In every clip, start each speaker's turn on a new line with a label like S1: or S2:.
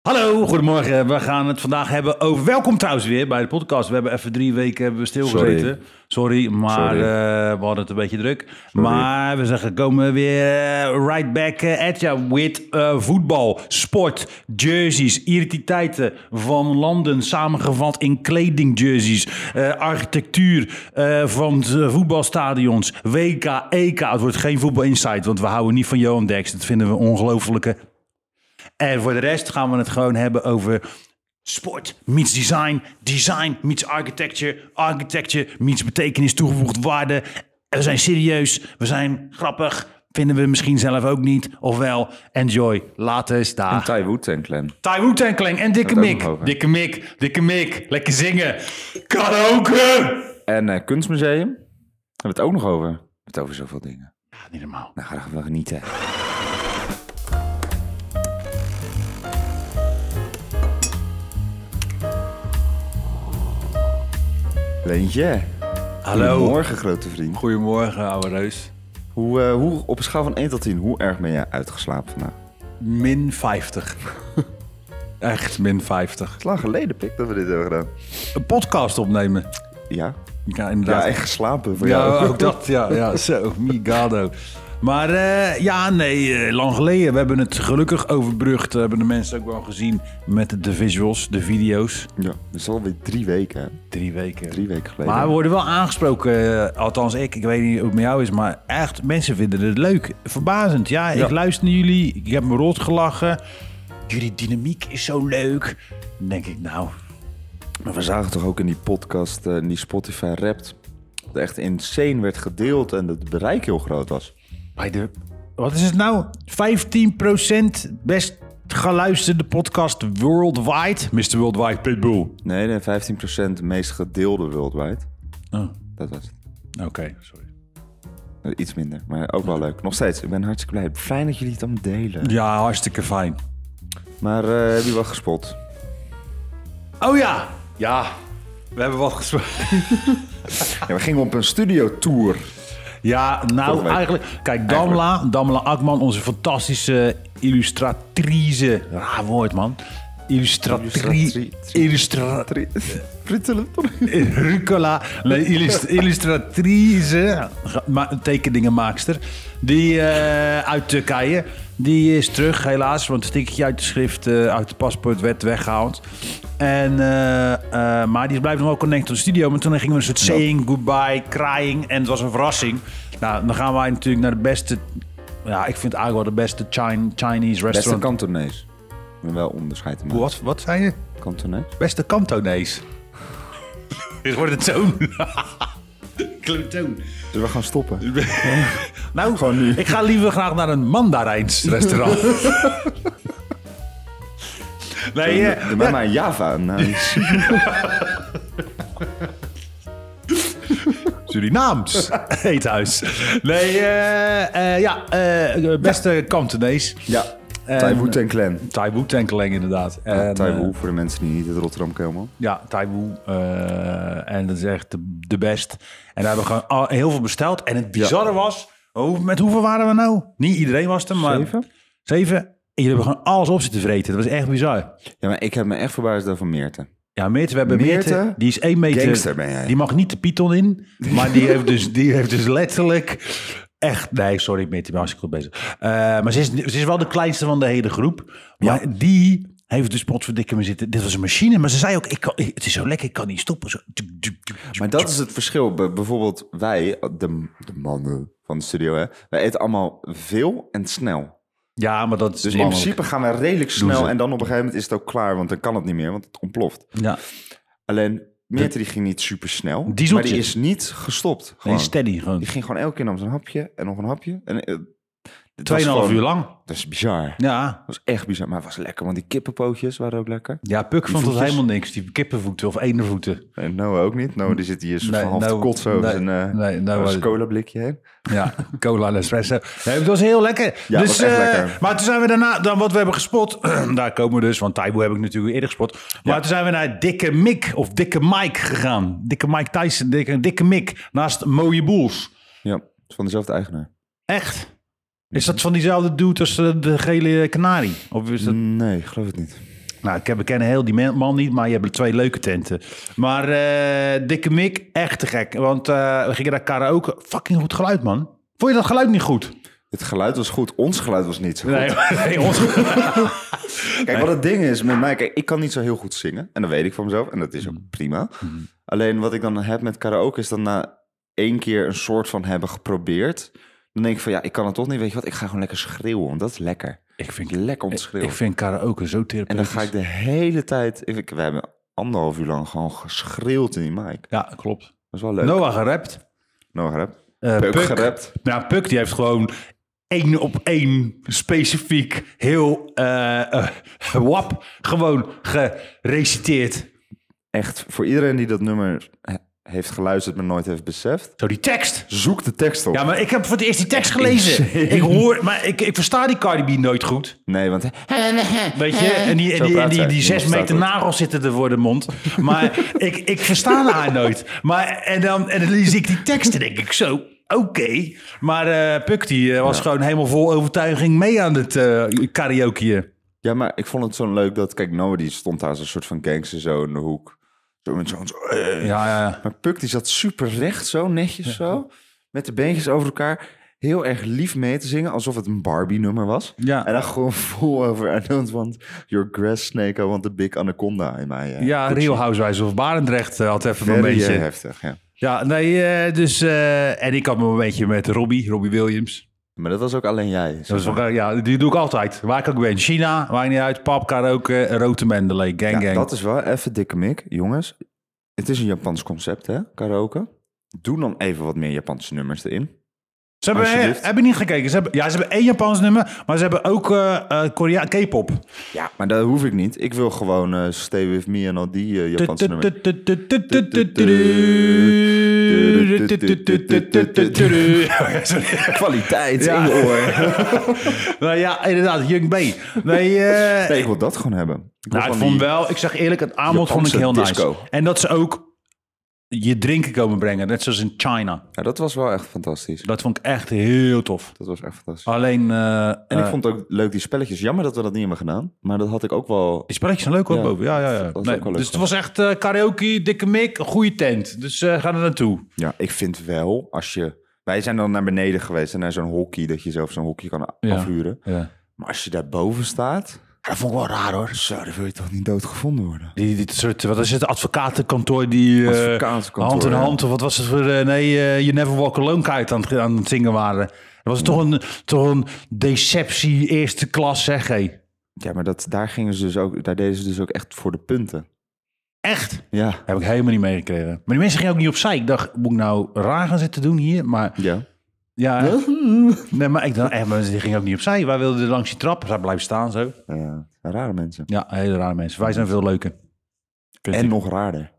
S1: Hallo, goedemorgen. We gaan het vandaag hebben over. Welkom trouwens weer bij de podcast. We hebben even drie weken hebben we stilgezeten. Sorry,
S2: Sorry.
S1: maar
S2: Sorry.
S1: eh, we hadden het een beetje druk. Maar we zeggen, komen weer eh, right back eh, at you with eh, voetbal, sport, jerseys, irrititeiten van landen samengevat in kledingjerseys, eh, architectuur eh, van eh, voetbalstadions, WK, EK. Het wordt geen voetbal insight, want we houden niet van Johan Deks. Dat vinden we een ongelofelijke en voor de rest gaan we het gewoon hebben over sport meets design, design meets architecture, architecture meets betekenis, toegevoegde waarde. We zijn serieus, we zijn grappig, vinden we misschien zelf ook niet. Ofwel, enjoy, later is
S3: Ah.
S1: daar.
S2: Thai Wu-Tang Clan.
S1: Tai Wu Tang Clan en Dikke
S2: Daar heb ik
S1: Mik.
S2: hem over.
S1: Dikke Mik, Dikke Mik, lekker zingen. Karaoke!
S2: En eh, Kunstmuseum. Hebben we het ook nog over. Het over zoveel dingen.
S1: Ja, niet normaal.
S2: Nou, ga we wel genieten. Leentje.
S1: Hallo.
S2: Goedemorgen, grote vriend.
S3: Goedemorgen, ouwe reus.
S2: Hoe, eh, hoe, op een schaal van 1 tot 10, hoe erg ben jij uitgeslapen vandaag? Het
S3: Min 50. Echt min 50.
S2: is lang geleden, pik, dat we dit hebben gedaan.
S3: Een podcast opnemen.
S2: Ja?
S3: Ja,
S2: Ja,
S3: inderdaad.
S2: echt geslapen voor
S3: Ja,
S2: jou.
S3: ook dat. Ja, ja zo. Migado. Maar eh, ja, nee, eh, lang geleden. We hebben het gelukkig overbrugd. Hebben de mensen ook wel gezien met de visuals, de video's.
S2: Ja, dat is alweer drie weken, hè?
S3: Drie weken.
S2: Drie weken geleden.
S3: Maar we worden wel aangesproken, eh, althans ik, ik weet niet hoe het met jou is, maar echt, mensen vinden het leuk. Verbazend, ja, ik luister naar jullie, ik heb me rot gelachen. Jullie dynamiek is zo leuk. Dan denk ik, nou,
S2: Maar we zagen toch ook in die podcast, eh, in die Spotify Rapt, dat echt insane werd gedeeld en dat het bereik heel groot was.
S3: bij de, wat is het nou? 15% best geluisterde podcast worldwide. Mr. Worldwide Pitbull.
S2: Nee, nee 15% meest gedeelde worldwide.
S3: Oh,
S2: Dat was het.
S3: oké, sorry.
S2: Eh, Iets minder, maar ook wel leuk. Nog steeds, ik ben hartstikke blij. Fijn dat jullie het allemaal delen.
S3: Ja, hartstikke fijn.
S2: Maar eh heb je wel gespot?
S3: Oh ja, ja, we hebben wel gesproken.
S2: Ja, we gingen op een studiotour.
S3: Ja, nou
S2: Volgende week.
S3: eigenlijk. Kijk, Damla, Damla Akman, onze fantastische illustratrice. Raar woord, man. Illustratri.
S2: Illustratri-
S3: Illustra.
S2: Drie- Frittelen, toch?
S3: Rucola. Nee, illust- illustratrice. ma- Tekeningenmaakster. Die eh, uit Turkije. Die is terug, helaas. Want het stikkertje uit de schrift, eh, uit het paspoort werd weggehaald. En, eh, eh, maar die is blijven nog wel connected tot de studio. Maar toen gingen we een soort saying, goodbye, crying. En het was een verrassing. Nou, dan gaan wij natuurlijk naar de beste... Ja, ik vind eigenlijk wel de beste Chin- Chinese
S2: Beste
S3: restaurant.
S2: kantonees. Maar wel onderscheid te maken.
S3: wat, wat zijn je?
S2: Kantonees?
S3: Beste kantonees. Dit wordt het zo'n... Klotoon.
S2: Zullen we gaan stoppen?
S3: Nou,
S2: Gewoon nu.
S3: ik ga liever graag naar een Mandarijns restaurant. nee, eh,
S2: Bij mij in Java. Nou,
S3: Surinaams eethuis. Nee, eh, eh, ja, eh, beste kantonees.
S2: ja,
S3: En-
S2: Thai Woet en Clan.
S3: Thai Wu Tenkeling inderdaad. En,
S2: Thai
S3: eh,
S2: Woe, voor de mensen die niet uit Rotterdam komen.
S3: Ja, Thai Wu. eh, en dat is echt de, de best. En daar hebben we gewoon al- heel veel besteld. En het bizarre was, hoe- met hoeveel waren we nou? Niet iedereen was er, maar...
S2: Zeven?
S3: Zeven. En jullie hebben gewoon alles op zitten vreten. Dat was echt bizar.
S2: Ja, maar ik heb me echt verbaasd over Meerte.
S3: Ja, Meerte, we hebben Meerte.
S2: Meerte?
S3: die is 1 meter.
S2: Gangster ben jij.
S3: Die mag niet de Python in. Maar die heeft dus, die heeft dus letterlijk. Echt, nee, sorry, Meerte, ik ben hartstikke goed bezig. Eh, maar ze is, ze is wel de kleinste van de hele groep. Maar die heeft dus potverdikke me zitten. Dit was een machine, maar ze zei ook: ik kan, ik- Het is zo lekker, ik kan niet stoppen. Zo. Tuk, tuk, tuk, tuk,
S2: Maar dat is het verschil. Bij- Bijvoorbeeld wij, de, de mannen van de studio, hè, wij eten allemaal veel en snel.
S3: tuk. Ja, maar dat is
S2: Dus in
S3: mannelijk.
S2: principe gaan wij redelijk
S3: Doen
S2: snel
S3: ze.
S2: en dan op een gegeven moment is het ook klaar, want dan kan het niet meer, want het ontploft.
S3: Ja,
S2: Alleen Meerte die ging niet super snel,
S3: Dieseltje.
S2: maar die is niet gestopt.
S3: nee,
S2: Gewoon.
S3: steady gewoon.
S2: die ging gewoon elke keer nam ze een hapje en nog een hapje. En, eh, dat was
S3: Tweeënhalf
S2: gewoon-
S3: uur lang.
S2: Dat is bizar.
S3: Ja.
S2: Dat was echt bizar, maar het was lekker, want die kippenpootjes waren ook lekker.
S3: Ja, Puk vond het
S2: voetjes.
S3: helemaal niks. Die kippenvoeten of enervoeten.
S2: En Noah ook niet. Noah die zit hier soort
S3: Nee,
S2: van half
S3: Noah-
S2: te kotsen over
S3: nee,
S2: zijn eh,
S3: nee, Noah-
S2: over zijn cola blikje heen.
S3: Ja, cola en espresso. Nee, het was heel lekker.
S2: Ja,
S3: dus,
S2: het was echt
S3: eh,
S2: lekker.
S3: Maar toen zijn we daarna, dan wat we hebben gespot, daar komen we dus, want Taibo heb ik natuurlijk eerder gespot. Maar toen zijn we naar Dikke Mick of Dikke Mike gegaan. Dikke Mike Tyson, Dikke, Dikke Mick naast Mooie Boels.
S2: Ja, het is van dezelfde eigenaar.
S3: Echt? Is dat van diezelfde dude als eh, de gele kanarie? Of is dat...
S2: Nee, ik geloof het niet.
S3: Nou, ik heb- ik ken heel die man- man niet, maar je hebt twee leuke tenten. Maar eh, Dikke Mick, echt te gek. Want eh, we gingen naar karaoke. Fucking goed geluid, man. Vond je dat geluid niet goed?
S2: Het geluid was goed, ons geluid was niet zo goed.
S3: nee ons
S2: Kijk, wat het ding is met mij, kijk, ik kan niet zo heel goed zingen. En dat weet ik van mezelf. En dat is ook prima. Alleen wat ik dan heb met karaoke is dan na één keer een soort van hebben geprobeerd. Dan denk ik van ja, ik kan het toch niet. Weet je wat, ik ga gewoon lekker schreeuwen, want dat is lekker.
S3: Ik
S2: vind het lekker om te schreeuwen.
S3: Ik vind karaoke zo therapeutisch.
S2: En dan ga ik de hele tijd, ik, we hebben anderhalf uur lang gewoon geschreeuwd in die mic.
S3: Ja, klopt.
S2: Dat is wel leuk.
S3: Noah gerapt.
S2: Nou, gerap.
S3: Eh,
S2: Peuk gerapt.
S3: Nou, Puk die heeft gewoon één op één specifiek heel eh, eh, wap gewoon gereciteerd.
S2: Echt, voor iedereen die dat nummer he- heeft geluisterd, maar nooit heeft beseft.
S3: Zo die tekst.
S2: Zoek de tekst op.
S3: Ja, maar ik heb voor het eerst die tekst gelezen. Ik hoor, maar ik, ik versta die Cardi B nooit goed.
S2: Nee, want
S3: Weet je, en die, en die, en
S2: praat
S3: die,
S2: zij.
S3: die zes
S2: Dat staat
S3: meter
S2: ook.
S3: nagels zitten er voor de mond. Maar ik, ik versta haar nooit. Maar, en, dan, en dan lees ik die teksten, denk ik zo. Oké, maar eh Puk die eh, was gewoon helemaal vol overtuiging mee aan het eh karaoke.
S2: Ja, maar ik vond het zo leuk dat... Kijk, Noah die stond daar als een soort van gangster zo in de hoek. Zo met zo'n... Zo, eh.
S3: Ja, ja.
S2: Maar Puk die zat super recht zo, netjes zo. Met de beentjes over elkaar. Heel erg lief mee te zingen, alsof het een Barbie-nummer was.
S3: Ja.
S2: En dan gewoon vol over. I don't want your grass snake, I want the big anaconda in mij. eh.
S3: Ja, Real Housewives of Barendrecht eh, had even een
S2: Very, eh,
S3: beetje.
S2: heftig, ja.
S3: Ja, nee, eh, dus... eh, en ik had me een beetje met Robbie, Robbie Williams.
S2: Maar dat was ook alleen jij.
S3: Dat is wel, ja, die doe ik altijd. Waar ik ook ben. China, maakt niet uit. Pap, karaoke, Rote Mendeley, gang,
S2: Ja,
S3: gang.
S2: dat is wel even dikke mik. Jongens, het is een Japans concept, hè? Karaoke. Doe dan even wat meer Japanse nummers erin.
S3: Ze hebben,
S2: Alsjeblieft.
S3: hebben niet gekeken. Ze hebben, ja, ze hebben één Japans nummer, maar ze hebben ook eh, eh, Korea K-pop.
S2: Ja, maar dat hoef ik niet. Ik wil gewoon eh, Stay With Me en al die eh, Japanse nummers.
S3: Oh
S2: Kwaliteit
S3: Ja.
S2: in je oor.
S3: Nou ja, inderdaad, Jung B. Nee, eh,
S2: Nee, ik wil dat gewoon hebben. Ik wil
S3: nou, ik
S2: gewoon
S3: vond
S2: die-
S3: wel, ik zeg eerlijk, het aanbod vond ik heel
S2: Japanse
S3: nice.
S2: disco.
S3: En dat ze ook je drinken komen brengen, net zoals in China.
S2: Ja, dat was wel echt fantastisch.
S3: Dat vond ik echt heel tof.
S2: Dat was echt fantastisch.
S3: Alleen, eh,
S2: en ik
S3: eh,
S2: vond ook leuk die spelletjes. Jammer dat we dat niet hebben gedaan. Maar dat had ik ook wel...
S3: Die spelletjes zijn leuk hoor,
S2: Ja,
S3: boven. Ja, ja, ja.
S2: dat is
S3: Nee,
S2: ook wel leuk,
S3: dus het
S2: ja.
S3: was echt eh, karaoke, dikke mik, een goede tent. Dus eh, ga er naartoe.
S2: Ja, ik vind wel als je... Wij zijn dan naar beneden geweest en naar zo'n hockey. Dat je zelf zo'n hockey kan a-
S3: Ja.
S2: afhuren.
S3: Ja.
S2: Maar als je daarboven staat...
S3: Dat vond ik wel raar hoor.
S2: Zo, dan wil je toch niet doodgevonden worden?
S3: Die, dit soort, wat is het, advocatenkantoor die eh,
S2: Advocatenkantoor,
S3: hand in
S2: ja.
S3: hand, of wat was het voor, eh, nee, eh, You Never Walk Alone kite aan, het- aan het zingen waren. Dat was toch een, toch een deceptie eerste klas, zeg hé.
S2: Ja, maar dat, daar, gingen ze dus ook, daar deden ze dus ook echt voor de punten.
S3: Echt?
S2: Ja.
S3: Heb ik helemaal niet meegekregen. Maar die mensen gingen ook niet opzij. Ik dacht, moet ik nou raar gaan zitten doen hier? Maar
S2: Ja.
S3: ja, nee, maar ik dacht, echt, maar die gingen ook niet opzij. Wij wilden langs die trap, zij blijven staan zo.
S2: Ja, Eh, rare mensen.
S3: Ja, hele rare mensen. Wij zijn veel leuker. Vind
S2: En
S3: ik.
S2: nog raarder.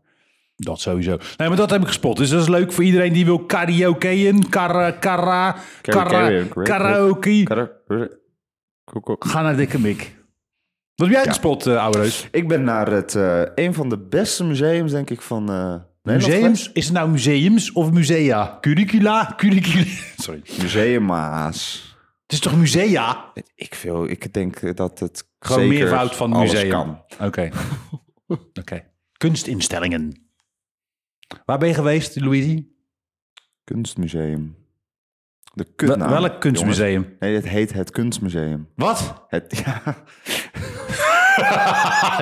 S3: Dat sowieso. Nee, maar dat heb ik gespot. Dus dat is leuk voor iedereen die wil karaokeën. Kara, kara, kara,
S2: Karaoke.
S3: karaoke.
S2: Koekoek.
S3: Ga naar Dikke Mik. Wat heb jij gespot, eh oude reus?
S2: Ik ben naar het, eh, een van de beste museums, denk ik, van eh, Nederland geweest.
S3: Museums? Is het nou museums of musea? Curricula? Curricula? Sorry.
S2: Museum Maas.
S3: Het is toch musea?
S2: Weet Ik, veel, ik denk dat het
S3: Gewoon
S2: zeker
S3: meervoud van
S2: alles
S3: museum.
S2: kan.
S3: Oké. Oké. Kunstinstellingen. Waar ben je geweest, Luigi?
S2: Kunstmuseum. De
S3: Wel-
S2: kunstnaam,
S3: welk kunstmuseum?
S2: jongens. Nee, het heet het kunstmuseum.
S3: Wat? Ah,
S2: Het, ja,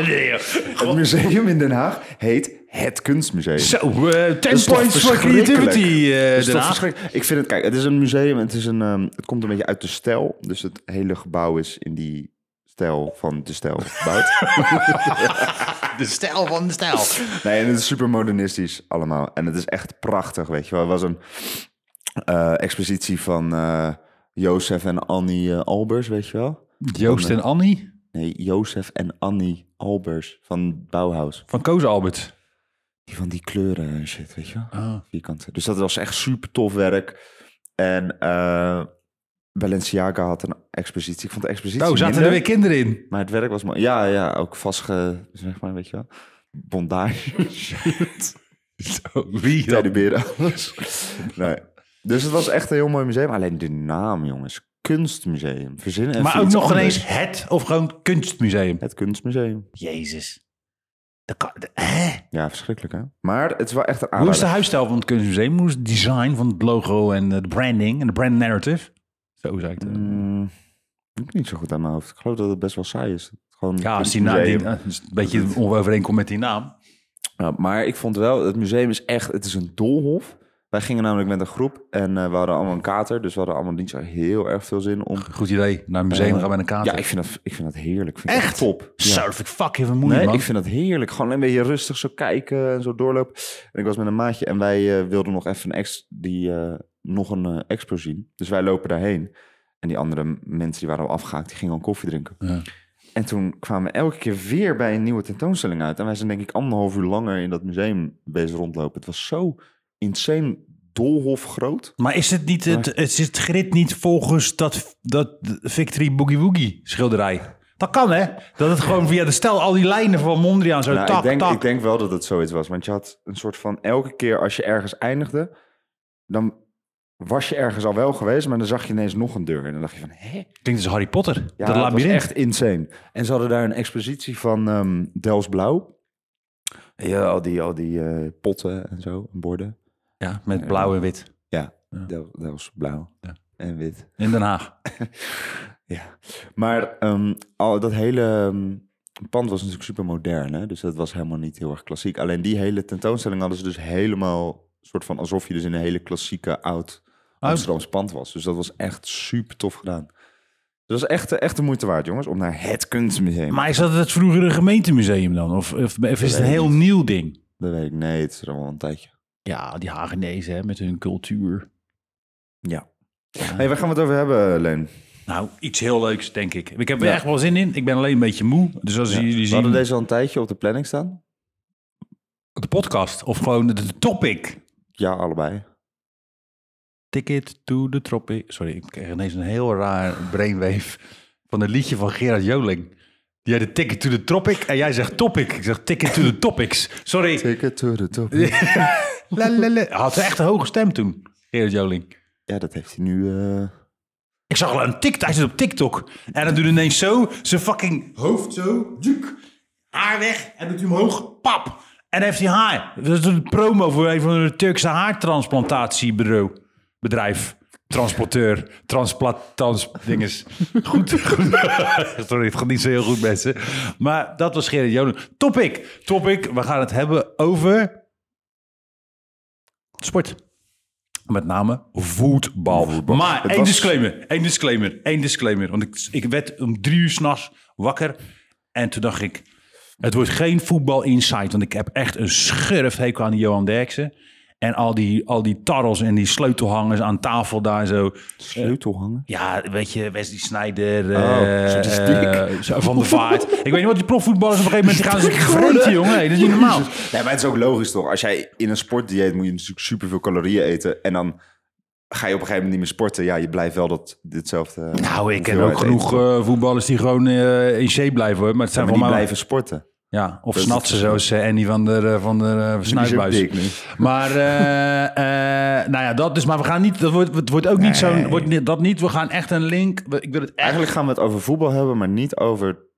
S3: nee, joh.
S2: het museum in Den Haag heet het kunstmuseum.
S3: Zo, eh, 10
S2: is toch
S3: points voor
S2: verschrikkelijk?
S3: creativity. eh
S2: Dat is toch
S3: daarna.
S2: verschrikkelijk? Ik vind het, kijk, het is een museum. Het, is een, ehm, het komt een beetje uit de stijl. Dus het hele gebouw is in die stijl van de stijl gebouwd.
S3: De stijl van de stijl.
S2: nee, en het is super modernistisch allemaal. En het is echt prachtig, weet je wel. Er was een eh, expositie van eh Jozef en Annie eh, Albers, weet je wel.
S3: Joost en Annie
S2: Nee, Jozef en Annie Albers van Bauhaus.
S3: van Koos Albert.
S2: Die van die kleuren en shit, weet je wel. vierkanten. Dus dat was echt super tof werk. En eh, Balenciaga had een expositie. Ik vond de expositie
S3: Oh, zaten er
S2: minder,
S3: weer kinderen in?
S2: maar het werk was mooi. Ja, ja, ook vastge... Zeg maar, weet je wel. Bondage, shit,
S3: Wie
S2: teddyberen, alles. Nee. Dus het was echt een heel mooi museum. Alleen de naam, jongens. kunstmuseum. Verzin even
S3: Maar ook
S2: iets
S3: nog
S2: anders.
S3: ineens het of gewoon kunstmuseum.
S2: Het kunstmuseum.
S3: Jezus. Dat kan, de- hè?
S2: Ja, verschrikkelijk hè. Maar het is wel echt een
S3: Hoe is de
S2: aanrader.
S3: huisstijl van het kunstmuseum? Hoe is het design van het logo en eh, de branding en de brand narrative? Zo zei ik het. eh.
S2: Mm, doe ik niet zo goed aan mijn hoofd. Ik geloof dat het best wel saai is. Gewoon een
S3: Ja, als die naam, die,
S2: kunstmuseum.
S3: dat is een beetje onovereenkomt met die naam.
S2: Ja, maar ik vond wel, het museum is echt, het is een doolhof. Wij gingen namelijk met een groep en eh, we hadden allemaal een kater. Dus we hadden allemaal niet zo heel erg veel zin om...
S3: Goed idee. Naar een museum gaan met een kaart.
S2: Ja, ik vind dat, ik vind dat heerlijk. Vind ik
S3: Echt?
S2: top. Ja.
S3: Surf ik fucking vermoeiend,
S2: Nee,
S3: man.
S2: ik vind dat heerlijk. Gewoon een beetje rustig zo kijken en zo doorlopen. En ik was met een maatje en wij eh, wilden nog even een ex, die, eh, nog een eh, expo zien. Dus wij lopen daarheen. En die andere m- mensen die waren al afgehaakt, die gingen al koffie drinken.
S3: Ja.
S2: En toen kwamen we elke keer weer bij een nieuwe tentoonstelling uit. En wij zijn denk ik anderhalf uur langer in dat museum bezig rondlopen. Het was zo insane doolhof groot.
S3: Maar is het, niet het, is het grid niet volgens dat, dat Victory Boogie Woogie schilderij? Dat kan, hè? Dat het gewoon via de stijl, al die lijnen van Mondriaan, zo
S2: Nou,
S3: tak,
S2: ik, denk,
S3: tak.
S2: ik denk wel dat het zoiets was. Want je had een soort van elke keer als je ergens eindigde, dan was je ergens al wel geweest, maar dan zag je ineens nog een deur. En dan dacht je van, hé?
S3: Klinkt als Harry Potter.
S2: Ja,
S3: dat
S2: dat was
S3: labyrinth.
S2: echt insane. En ze hadden daar een expositie van ehm Dels Blauw. Ja, al die, al die eh, potten en zo, en borden.
S3: Ja, met blauw en wit.
S2: Ja, Del- Dels Blauw
S3: Ja.
S2: en wit.
S3: In Den Haag.
S2: Ja, maar ehm, al dat hele ehm, pand was natuurlijk super modern, hè? dus dat was helemaal niet heel erg klassiek. Alleen die hele tentoonstelling hadden ze dus helemaal soort van alsof je dus in een hele klassieke oud Amsterdams pand was. Dus dat was echt super tof gedaan. Dus dat was echt, eh, echt de moeite waard, jongens, om naar het kunstmuseum.
S3: Maar is dat het vroegere gemeentemuseum dan? Of, of, of is het een heel nieuw ding?
S2: Dat weet ik, nee, het is er al wel een tijdje.
S3: Ja, die Hagenezen hè, met hun cultuur.
S2: Ja. hey, waar gaan we het over hebben, Leen?
S3: Nou, iets heel leuks, denk ik. Ik heb er
S2: Ja.
S3: echt wel zin in. Ik ben alleen een beetje moe. Dus als jullie
S2: we
S3: zien...
S2: hadden deze al een tijdje op de planning staan.
S3: De podcast. Of gewoon de- de topic.
S2: Ja, allebei.
S3: Ticket to the Tropic. Sorry, ik kreeg ineens een heel raar brainwave van een liedje van Gerard Joling. Die had Ticket to the Tropic en jij zegt Topic. Ik zeg Ticket to the Topics. Sorry.
S2: Ticket to the top.
S3: La, la, la. Had echt een hoge stem toen, Gerard Joling.
S2: Ja, dat heeft hij nu... eh,
S3: Ik zag al een tik, hij zit op TikTok. En dan doet hij ineens zo, zijn fucking hoofd zo, juk, haar weg en doet hij omhoog, pap. En heeft hij haar. Dat is een promo voor een van de Turkse haartransplantatiebureau. Bedrijf. Transporteur. Transplat. Trans. Dinges. Goed. goed. Sorry, het gaat niet zo heel goed, mensen. Maar dat was Gerrit Jonen. Topic. Topic. We gaan het hebben over. sport. Met name voetbal. Maar
S2: Het
S3: één
S2: was-
S3: disclaimer. één disclaimer. één disclaimer. Want ik, ik werd om drie uur s'nachts wakker. En toen dacht ik. Het wordt geen voetbal insight. Want ik heb echt een schurft hekel aan die Johan Derksen. En al die, al die tarrels en die sleutelhangers aan tafel daar zo.
S2: Sleutelhanger?
S3: Ja, weet je, Wesley Sneijder,
S2: Oh,
S3: eh,
S2: zo die
S3: eh, zo Van der Vaart. ik weet niet wat die profvoetballers op een gegeven moment die gaan ze vreten, jongen. Nee, dat is niet normaal.
S2: Nee, maar het is ook logisch toch? Als jij in een sportdieet moet je natuurlijk superveel calorieën eten. En dan ga je op een gegeven moment niet meer sporten. Ja, je blijft wel dat, ditzelfde.
S3: Nou, ik ken
S2: hoeveelheid
S3: ook genoeg
S2: eten. Maar
S3: eh, voetballers die gewoon eh, in shape blijven, hoor. Maar het zijn
S2: die
S3: voor mij...
S2: blijven sporten.
S3: Ja, of
S2: is
S3: snatsen,
S2: het
S3: zoals eh, Andy van der, eh, van der eh, Snuifbuis.
S2: dik nu.
S3: Maar, eh, eh, nou ja, dat dus. Maar we gaan niet, dat wordt, het wordt ook niet zo'n, wordt ni- dat niet. We gaan echt een link, we- ik wil het echt...
S2: Eigenlijk gaan we het over voetbal hebben, maar niet over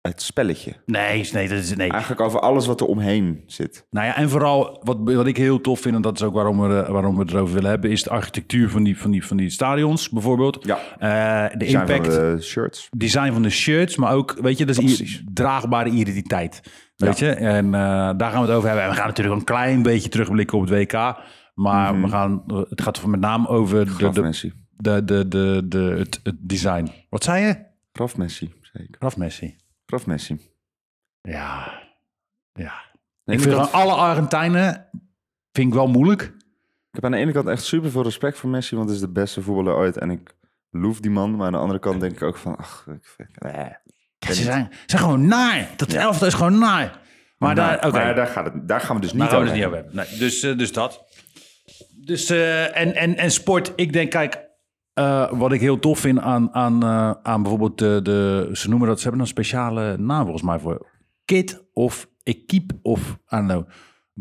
S2: het spelletje.
S3: Nee, nee, dat is, nee.
S2: Eigenlijk over alles wat er omheen zit.
S3: Nou ja, en vooral wat, wat ik heel tof vind, en dat is ook waarom we, eh, waarom we het erover willen hebben, is de architectuur van die, van die, van die stadions bijvoorbeeld.
S2: Ja.
S3: Eh, de
S2: Zijn van
S3: impact,
S2: de shirts.
S3: design van de shirts, maar ook, weet je, dat is
S2: Fantastisch.
S3: i- draagbare identiteit. Weet je, en eh, daar gaan we het over hebben. En we gaan natuurlijk een klein beetje terugblikken op het WK, maar we gaan, het gaat met name over de,
S2: Mhm. Graf
S3: de,
S2: Messi.
S3: de, de, de, de, het, het design. Wat zei je?
S2: Graf Messi, zeker.
S3: Raf Messi.
S2: Graf Messi.
S3: Ja, ja.
S2: Nee,
S3: ik vind
S2: dat-
S3: gewoon alle Argentijnen, vind ik wel moeilijk.
S2: Ik heb aan de ene kant echt super veel respect voor Messi, want hij is de beste voetballer ooit. En ik loef die man, maar aan de andere kant denk ik ook van, ach, ik, eh.
S3: Ja, ze, zijn, ze zijn gewoon naar. Dat elftal is gewoon naar. Maar daar,
S2: Nou,
S3: oké,
S2: maar daar, gaat het, daar gaan we dus niet
S3: daar gaan we
S2: over.
S3: het niet over hebben. Nee, dus, eh, dus dat. Dus, eh, en, en, en sport, ik denk, kijk, eh, wat ik heel tof vind aan, aan, eh, aan bijvoorbeeld de, de, ze noemen dat, ze hebben een speciale naam volgens mij voor kit of equipe of, I don't know.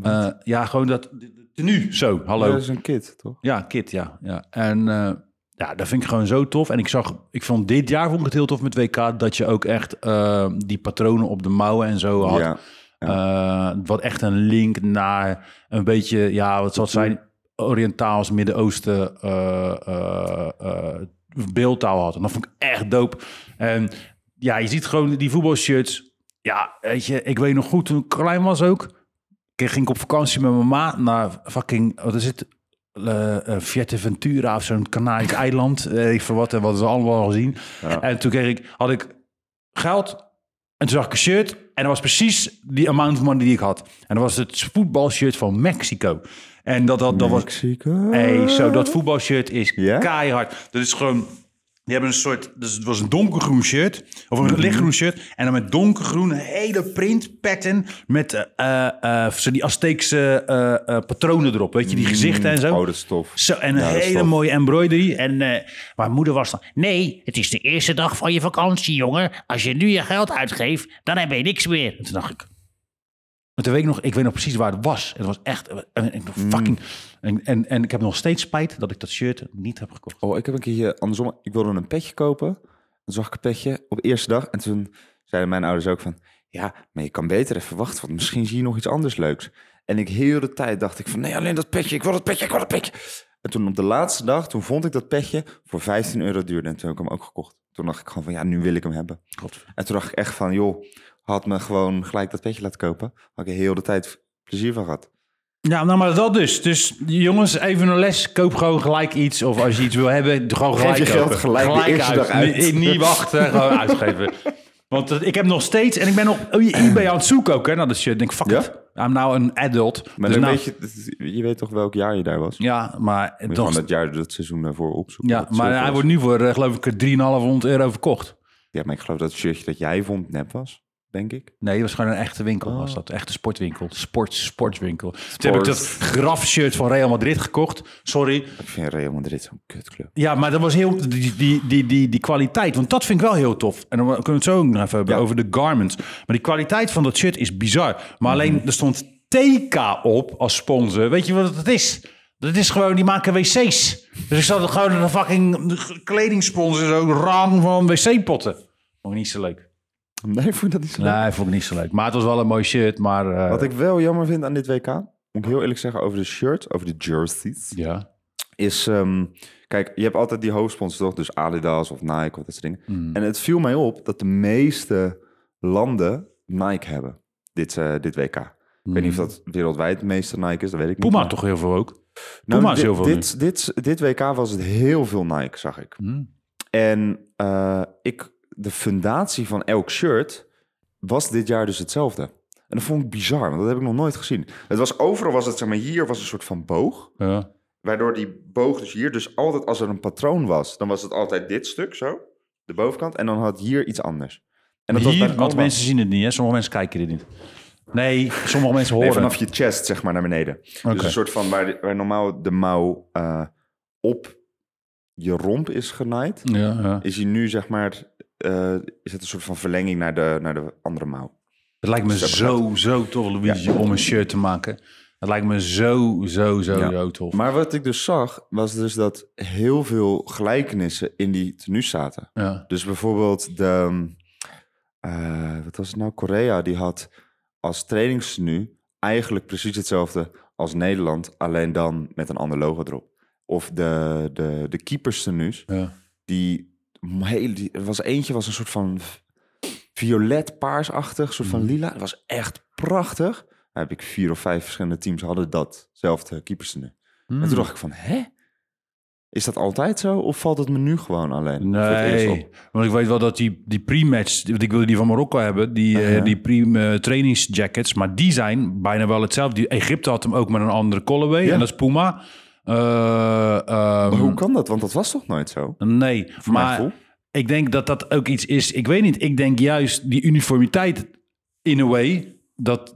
S3: Eh, ja, gewoon dat, de- de tenue, zo, hallo.
S2: Dat is een kid, toch?
S3: Ja, kit, ja. ja. En eh, Ja, dat vind ik gewoon zo tof. En ik zag, ik vond dit jaar vond ik het heel tof met WK dat je ook echt eh, die patronen op de mouwen en zo had.
S2: Ja.
S3: Eh, wat echt een link naar een beetje, ja, wat zal het zijn, Oriëntaals, Midden-Oosten eh, eh, eh, beeldtaal had. En dat vond ik echt dope. En ja, je ziet gewoon die voetbalshirts. Ja, weet je, ik weet nog goed toen ik klein was ook. Ik ging op vakantie met mijn ma naar fucking, wat is het? eh eh, Fuerteventura of zo'n Canaïs eiland. Eh, ik voor wat en wat ze allemaal al gezien.
S2: Ja.
S3: En toen kreeg ik, had ik geld en toen zag ik een shirt. En dat was precies die amount of money die ik had. En dat was het voetbalshirt van Mexico. En dat, dat, dat was...
S2: Mexico.
S3: hey, zo, dat voetbalshirt is
S2: Ja?
S3: keihard. Dat is gewoon... Die hebben een soort... Dus het was een donkergroen shirt. Of
S2: Mhm.
S3: een lichtgroen shirt. En dan met donkergroen een hele print pattern. Met eh, eh, eh, zo die Azteekse eh, eh, patronen erop. Weet je, die gezichten en zo.
S2: Oh, dat is tof.
S3: Zo, en een
S2: Ja, dat is
S3: hele
S2: tof.
S3: mooie embroidery. En eh, mijn moeder was dan... Nee, het is de eerste dag van je vakantie, jongen. Als je nu je geld uitgeeft, dan heb je niks meer. En toen dacht ik... En toen weet ik nog, ik weet nog precies waar het was. Het was echt een, een fucking...
S2: Mm.
S3: En, en, en ik heb nog steeds spijt dat ik dat shirt niet heb gekocht.
S2: Oh, ik heb een keer andersom. Ik wilde een petje kopen. Toen zag ik een petje op de eerste dag. En toen zeiden mijn ouders ook van... Ja, maar je kan beter even wachten. Want misschien zie je nog iets anders leuks. En ik heel de tijd dacht ik van... Nee, alleen dat petje. Ik wil dat petje. Ik wil dat petje. En toen op de laatste dag, toen vond ik dat petje voor 15 euro duurder. En toen heb ik hem ook gekocht. Toen dacht ik gewoon van... Ja, nu wil ik hem hebben.
S3: God.
S2: En toen dacht ik echt van... Joh, had me gewoon gelijk dat petje laten kopen. Had ik er heel de tijd plezier van gehad.
S3: Ja, nou maar dat dus. Dus jongens, even een les. Koop gewoon gelijk iets. Of als je iets wil hebben, gewoon gelijk
S2: je geld
S3: kopen.
S2: gelijk de eerste dag uit.
S3: Niet, niet wachten, gewoon uitgeven. Want dat- ik heb nog steeds... En ik ben nog oh, je- eBay aan het zoeken ook, hè. Nou, dat shirt. denk ik, fuck
S2: Ja?
S3: it. I'm now an adult.
S2: Maar
S3: Dus
S2: een
S3: nou-
S2: beetje, je weet toch welk jaar je daar was?
S3: Ja, maar
S2: Moet je
S3: toch...
S2: gewoon het jaar, dat seizoen daarvoor opzoeken.
S3: Ja,
S2: Dat het
S3: maar
S2: zoveel
S3: hij
S2: is.
S3: wordt nu voor, eh, geloof ik, 3,500 euro verkocht.
S2: Ja, maar ik geloof dat het shirtje dat jij vond nep was, denk ik.
S3: Nee, het was gewoon een echte winkel,
S2: Oh.
S3: was dat. Een echte sportwinkel. Sport, sportswinkel. Toen heb ik dat grafshirt van Real Madrid gekocht. Sorry.
S2: Ik vind Real Madrid zo'n kutclub.
S3: Ja, maar dat was heel... Die, die, die, die, die kwaliteit, want dat vind ik wel heel tof. En dan kunnen we het zo ook nog even hebben
S2: Ja.
S3: over de garments. Maar die kwaliteit van dat shirt is bizar. Maar alleen, er stond TK op als sponsor. Weet je wat dat is? Dat is gewoon, die maken wc's. Dus ik zat er gewoon een fucking kledingsponsor, zo'n rang van wc-potten. Vond ik niet zo leuk.
S2: Nee, ik vond dat niet zo leuk.
S3: Nee, vond ik niet zo leuk. Maar het was wel een mooi shirt, maar... eh,
S2: Nou, Wat ik wel jammer vind aan dit WK, moet ik heel eerlijk zeggen over de shirt, over de jerseys,
S3: Ja.
S2: is... ehm, kijk, je hebt altijd die hoofdsponsor toch? Dus Adidas of Nike of dat soort dingen.
S3: Hmm.
S2: En het viel mij op dat de meeste landen Nike hebben, dit, eh, dit WK. Ik weet niet of dat wereldwijd het meeste Nike is, dat weet ik niet.
S3: Hmm. Puma
S2: maar-
S3: toch heel veel ook.
S2: Nou,
S3: Puma is
S2: dit-
S3: heel veel
S2: dit, dit, dit WK was het heel veel Nike, zag ik.
S3: Hmm.
S2: En eh, ik, de fundatie van elk shirt was dit jaar dus hetzelfde. En dat vond ik bizar, want dat heb ik nog nooit gezien. Het was overal, was het zeg maar, hier was een soort van boog.
S3: Ja.
S2: Waardoor die boog dus hier, dus altijd als er een patroon was, dan was het altijd dit stuk zo, de bovenkant. En dan had hier iets anders. En dat was
S3: Hier,
S2: bijna
S3: want
S2: allemaal-
S3: mensen zien het niet, hè? Sommige mensen kijken dit niet. Nee, sommige mensen horen
S2: Nee,
S3: het.
S2: vanaf je chest, zeg maar, naar beneden. Dus een soort van waar, de- waar normaal de mouw eh, op je romp is genaaid,
S3: Ja, ja.
S2: is hij nu, zeg maar, eh, is het een soort van verlenging naar de, naar de andere mouw.
S3: Het lijkt me zo, zo tof, Luigi, om een shirt te maken. Het lijkt me zo, zo, zo,
S2: Ja.
S3: zo tof.
S2: Maar wat ik dus zag, was dus dat heel veel gelijkenissen in die tenues zaten.
S3: Ja.
S2: Dus bijvoorbeeld de, ehm, eh, wat was het nou, Korea, die had als trainingstenu eigenlijk precies hetzelfde als Nederland, alleen dan met een ander logo erop. Of de, de, de keeperstenues,
S3: Ja.
S2: die, hele, die- er was eentje was een soort van violet paarsachtig, soort
S3: Mhm.
S2: van lila. Dat was echt prachtig. Dan heb ik vier of vijf verschillende teams hadden datzelfde keeperstenu.
S3: Hmm. Mhm.
S2: En toen dacht ik van, hè? Is dat altijd zo? Of valt het me nu gewoon alleen? voor het eerst op?
S3: Nee, want ik weet wel dat die, die pre-match, want ik wilde die van Marokko hebben, die, eh,
S2: Aha.
S3: die pre-trainingsjackets, maar die zijn bijna wel hetzelfde. Die, Egypte had hem ook met een andere colorway en dat is Puma. Eh, ehm,
S2: Maar Hoe kan dat? Want dat was toch nooit zo?
S3: Nee,
S2: mijn
S3: maar
S2: gevoel.
S3: ik denk dat dat ook iets is. Ik weet niet, ik denk juist die uniformiteit in a way dat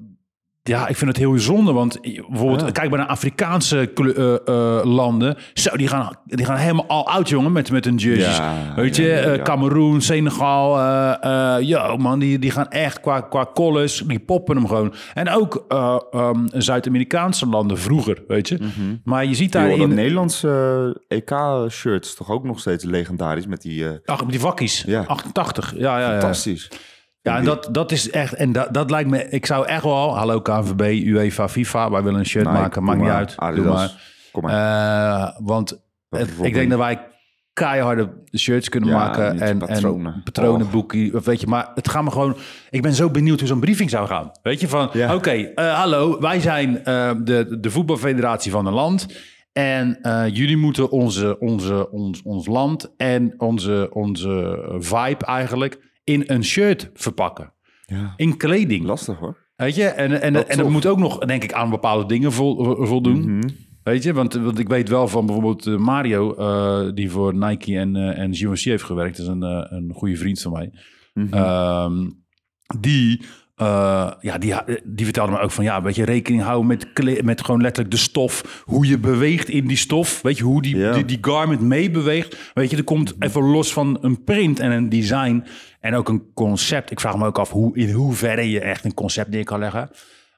S3: Ja, ik vind het heel zonde, want bijvoorbeeld, kijk maar naar Afrikaanse kle- eh, eh, landen. Zo, die gaan, die gaan helemaal al oud, jongen, met, met hun jerseys.
S2: Ja,
S3: Weet
S2: ja,
S3: je,
S2: ja,
S3: eh,
S2: ja.
S3: Cameroen, Senegal. eh, eh, Ja, man, die, die gaan echt qua, qua collars, die poppen hem gewoon. En ook eh, ehm, Zuid-Amerikaanse landen vroeger, weet je.
S2: Mhm.
S3: Maar je ziet daar
S2: Joh, dat
S3: in...
S2: Nederlandse EK-shirt is toch ook nog steeds legendarisch met die... eh,
S3: Ach, die vakkies,
S2: Ja.
S3: 88. Ja, ja, ja.
S2: fantastisch.
S3: Ja, en dat, dat is echt... En dat, dat lijkt me... Ik zou echt wel... Hallo KNVB, UEFA, E FIFA. Wij willen een shirt
S2: Nike,
S3: maken. Maakt niet
S2: Puma,
S3: uit. Doe
S2: Adidas.
S3: maar. Ah,
S2: Kom maar.
S3: Eh, want het- ik
S2: bijvoorbeeld-
S3: denk dat wij keiharde shirts kunnen
S2: Ja,
S3: maken
S2: met
S3: en
S2: patronen.
S3: en patronenboekie, of weet je. Maar het gaat me gewoon. Ik ben zo benieuwd hoe zo'n briefing zou gaan. Weet je van,
S2: Ja.
S3: oké, eh, hallo, wij zijn eh, de, de voetbalfederatie van een land. En eh, jullie moeten onze, onze, ons, ons land en onze, onze vibe eigenlijk in een shirt verpakken.
S2: ja,
S3: In kleding.
S2: lastig hoor.
S3: Weet je, en, en,
S2: Dat
S3: en dat
S2: toch. Mhm.
S3: moet ook nog, denk ik, aan bepaalde dingen vol- eh, voldoen. Weet je, want, want ik weet wel van bijvoorbeeld eh, Mario, eh, die voor Nike en, eh, en GNC heeft gewerkt. Dat is een, eh, een goede vriend van mij.
S2: Mhm.
S3: Ehm, die, eh, ja, die, die vertelde me ook van, ja, weet je, rekening houden met, kle- met gewoon letterlijk de stof. Hoe je beweegt in die stof. Weet je, hoe die,
S2: Ja.
S3: die, die garment meebeweegt. Weet je, er komt even los van een print en een design en ook een concept. Ik vraag me ook af hoe, in hoeverre je echt een concept neer kan leggen.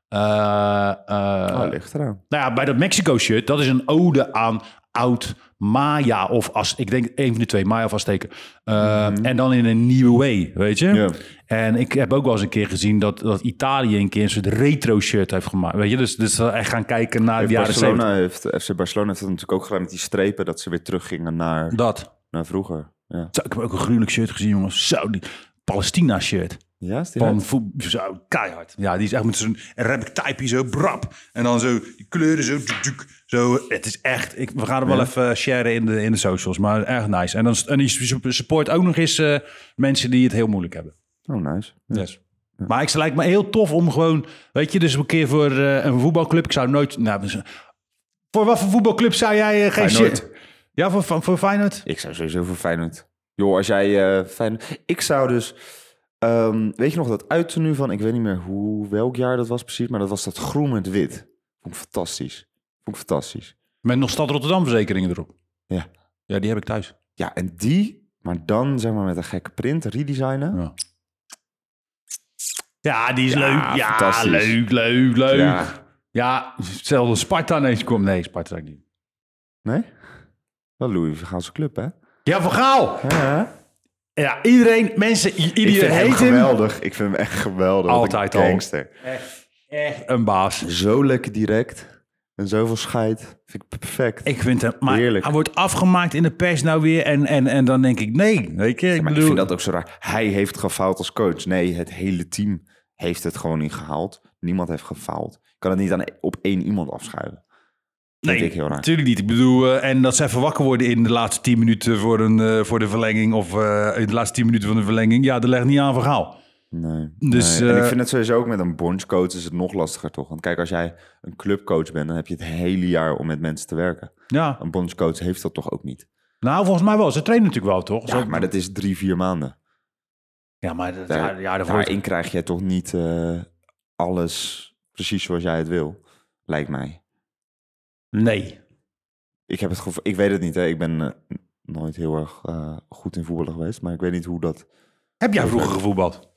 S3: Eh, eh,
S2: Ah, ligt eraan.
S3: nou ja, bij dat Mexico-shirt, dat is een ode aan oud Maya of als ik denk een van de twee Maya of Azteken. Uh, En dan in een nieuwe way, weet je?
S2: Mhm. Ja.
S3: En ik heb ook wel eens een keer gezien dat, dat Italië een keer een soort retro-shirt heeft gemaakt, weet je? Dus dus we echt gaan kijken naar de jaren zeventig.
S2: Barcelona heeft, FC Barcelona heeft dat natuurlijk ook gedaan met die strepen dat ze weer teruggingen naar,
S3: Dat.
S2: naar vroeger. Ja,
S3: Zo, ik heb ook een gruwelijk shirt gezien, jongens. Zo, die Palestina-shirt.
S2: ja is die
S3: Van
S2: hard?
S3: voet, zo, keihard. Ja, die is echt met zo'n typie zo brap. En dan zo, die kleuren zo, tuk, tuk. zo. Het is echt, ik, we gaan het wel even eh, sharen in de, in de socials, maar erg nice. En dan en die support ook nog eens eh, mensen die het heel moeilijk hebben.
S2: Oh, nice. Ja.
S3: Yes. Maar ik het lijkt me heel tof om gewoon, weet je, dus een keer voor eh, een voetbalclub. Ik zou nooit, nou, dus- voor wat voor voetbalclub zou jij eh, geen
S2: Feyenoord.
S3: shit? Ja, voor, voor, voor Feyenoord?
S2: Ik zou sowieso voor Feyenoord. Joh, als jij eh, Feyenoord... Ik zou dus... ehm, weet je nog dat uittenu van... Ik weet niet meer hoe, welk jaar dat was precies... maar dat was dat groen met wit. Vond ik fantastisch. Vond ik fantastisch.
S3: Met nog Stad Rotterdam verzekeringen erop.
S2: Ja.
S3: Ja, die heb ik thuis.
S2: Ja, en die... Maar dan zeg maar met een gekke print, redesignen.
S3: Ja. Ja, die is leuk. Ja,
S2: fantastisch.
S3: leuk, leuk, leuk. Ja,
S2: Ja.
S3: stel dat Sparta ineens komt. Nee, Sparta ook niet.
S2: Nee? Wel Louis van Gaalse club, hè?
S3: Ja, Van Gaal.
S2: Ja.
S3: Ja, iedereen, mensen, i-
S2: Ik
S3: iedereen
S2: vind hem
S3: heet hem.
S2: geweldig. Ik vind hem echt geweldig. Wat een
S3: Altijd al.
S2: gangster.
S3: Echt een baas.
S2: Zo lekker direct. En zoveel scheid. Vind ik perfect.
S3: Ik vind hem, maar
S2: Heerlijk.
S3: hij wordt afgemaakt in de pers nou weer. En, en, en dan denk ik, nee, weet je. Ik
S2: Maar
S3: bedoel,
S2: ik vind dat ook zo raar. Hij heeft gefaald als coach. Nee, het hele team heeft het gewoon niet gehaald. Niemand heeft gefaald. Ik kan het niet aan, e- op één iemand afschuiven.
S3: nee,
S2: vind ik heel raar.
S3: natuurlijk niet. Ik bedoel, eh, en dat ze even wakker worden in de laatste tien minuten voor, een, eh, voor de verlenging. Of eh, in de laatste tien minuten van de verlenging. Ja, dat legt niet aan Van Gaal.
S2: Nee.
S3: Dus,
S2: nee. En ik
S3: eh,
S2: vind het sowieso ook met een bondscoach is het nog lastiger toch. Want kijk, als jij een clubcoach bent, dan heb je het hele jaar om met mensen te werken.
S3: Ja,
S2: Een bondscoach heeft dat toch ook niet.
S3: nou volgens mij wel. Ze trainen natuurlijk wel, toch?
S2: Ja,
S3: Zo-
S2: maar dat is drie, vier maanden.
S3: Ja, maar dat,
S2: Daar-
S3: ja, ja, dat wordt-
S2: Daarin krijg jij toch niet eh, alles precies zoals jij het wil, lijkt mij.
S3: Nee.
S2: ik heb het gevoel, ik weet het niet. Hè. Ik ben eh, nooit heel erg eh, goed in voetballen geweest, maar ik weet niet hoe dat.
S3: Heb jij vroeger gevoetbald?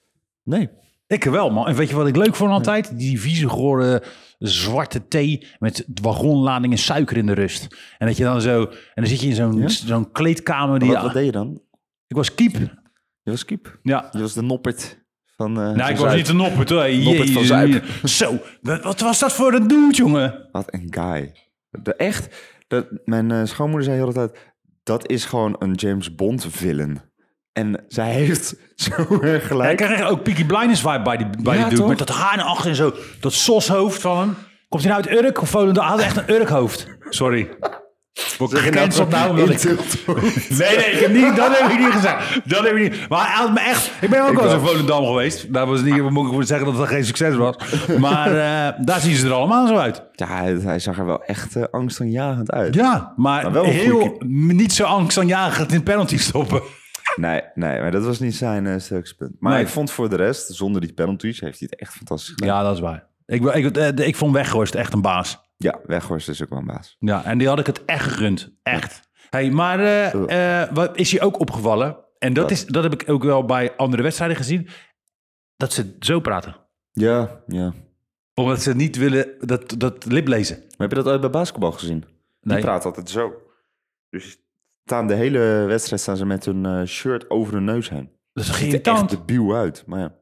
S2: Nee.
S3: Ik wel, man. En weet je wat ik leuk vond altijd? Die vieze, gore, zwarte thee met wagonladingen suiker in de rust. En dat je dan zo... En dan zit je in zo'n
S2: Ja?
S3: zo'n kleedkamer die...
S2: Wat, wat deed je dan?
S3: ik was keep.
S2: Je was keep.
S3: Ja.
S2: Je was de noppert van. eh, van
S3: Nou, ik was
S2: Zuid.
S3: niet een noppert, hoor.
S2: Noppert van
S3: Jezus. Zo, wat- wat was dat voor een dude, jongen?
S2: Wat een guy. De, echt. Dat, mijn eh, schoonmoeder zei heel de tijd. Dat is gewoon een James Bond villain. En zij heeft zo erg
S3: Hij
S2: gelijk.
S3: kreeg ook Peaky Blinders vibe bij die, bij
S2: Ja,
S3: die dude.
S2: toch?
S3: Met dat haar naar achter en zo. Dat soshoofd van hem. Komt hij nou uit Urk of Volendam? Hij had echt een Urkhoofd. Sorry. Word ik gecanceld nou? omdat ik- Nee, nee, ik heb niet, dat heb ik niet gezegd. Dat heb ik niet. Maar hij had me echt... Ik ben ook wel eens in
S2: wel.
S3: Volendam geweest. Daar was niet, moet ik voor zeggen dat dat geen succes was. Maar eh, daar zien ze er allemaal zo uit.
S2: Ja, hij, hij zag er wel echt eh, angstaanjagend uit.
S3: Ja, maar,
S2: wel een
S3: heel
S2: goede
S3: niet zo angstaanjagend in penalty stoppen.
S2: Nee, nee, maar dat was niet zijn eh, sterkste punt. Maar
S3: Nee.
S2: ik vond voor de rest, zonder die penalties, heeft hij het echt fantastisch gedaan.
S3: Ja, dat is waar. Ik, wil- ik, eh, ik vond Weghorst echt een baas.
S2: Ja, Weghorst is ook wel een baas.
S3: Ja, en die had ik het echt gegund. Echt. Hey, maar eh, eh, wat is je ook opgevallen? En dat, is, dat heb ik ook wel bij andere wedstrijden gezien. Dat ze zo praten.
S2: Ja, ja.
S3: Omdat ze niet willen dat, dat liplezen.
S2: Maar heb je dat ooit bij basketbal gezien?
S3: Nee.
S2: Die praat altijd zo. Dus staan de hele wedstrijd staan ze met hun eh, shirt over hun neus heen.
S3: Dat is
S2: Ziet er echt
S3: geïrritant.
S2: debiel uit, maar ja.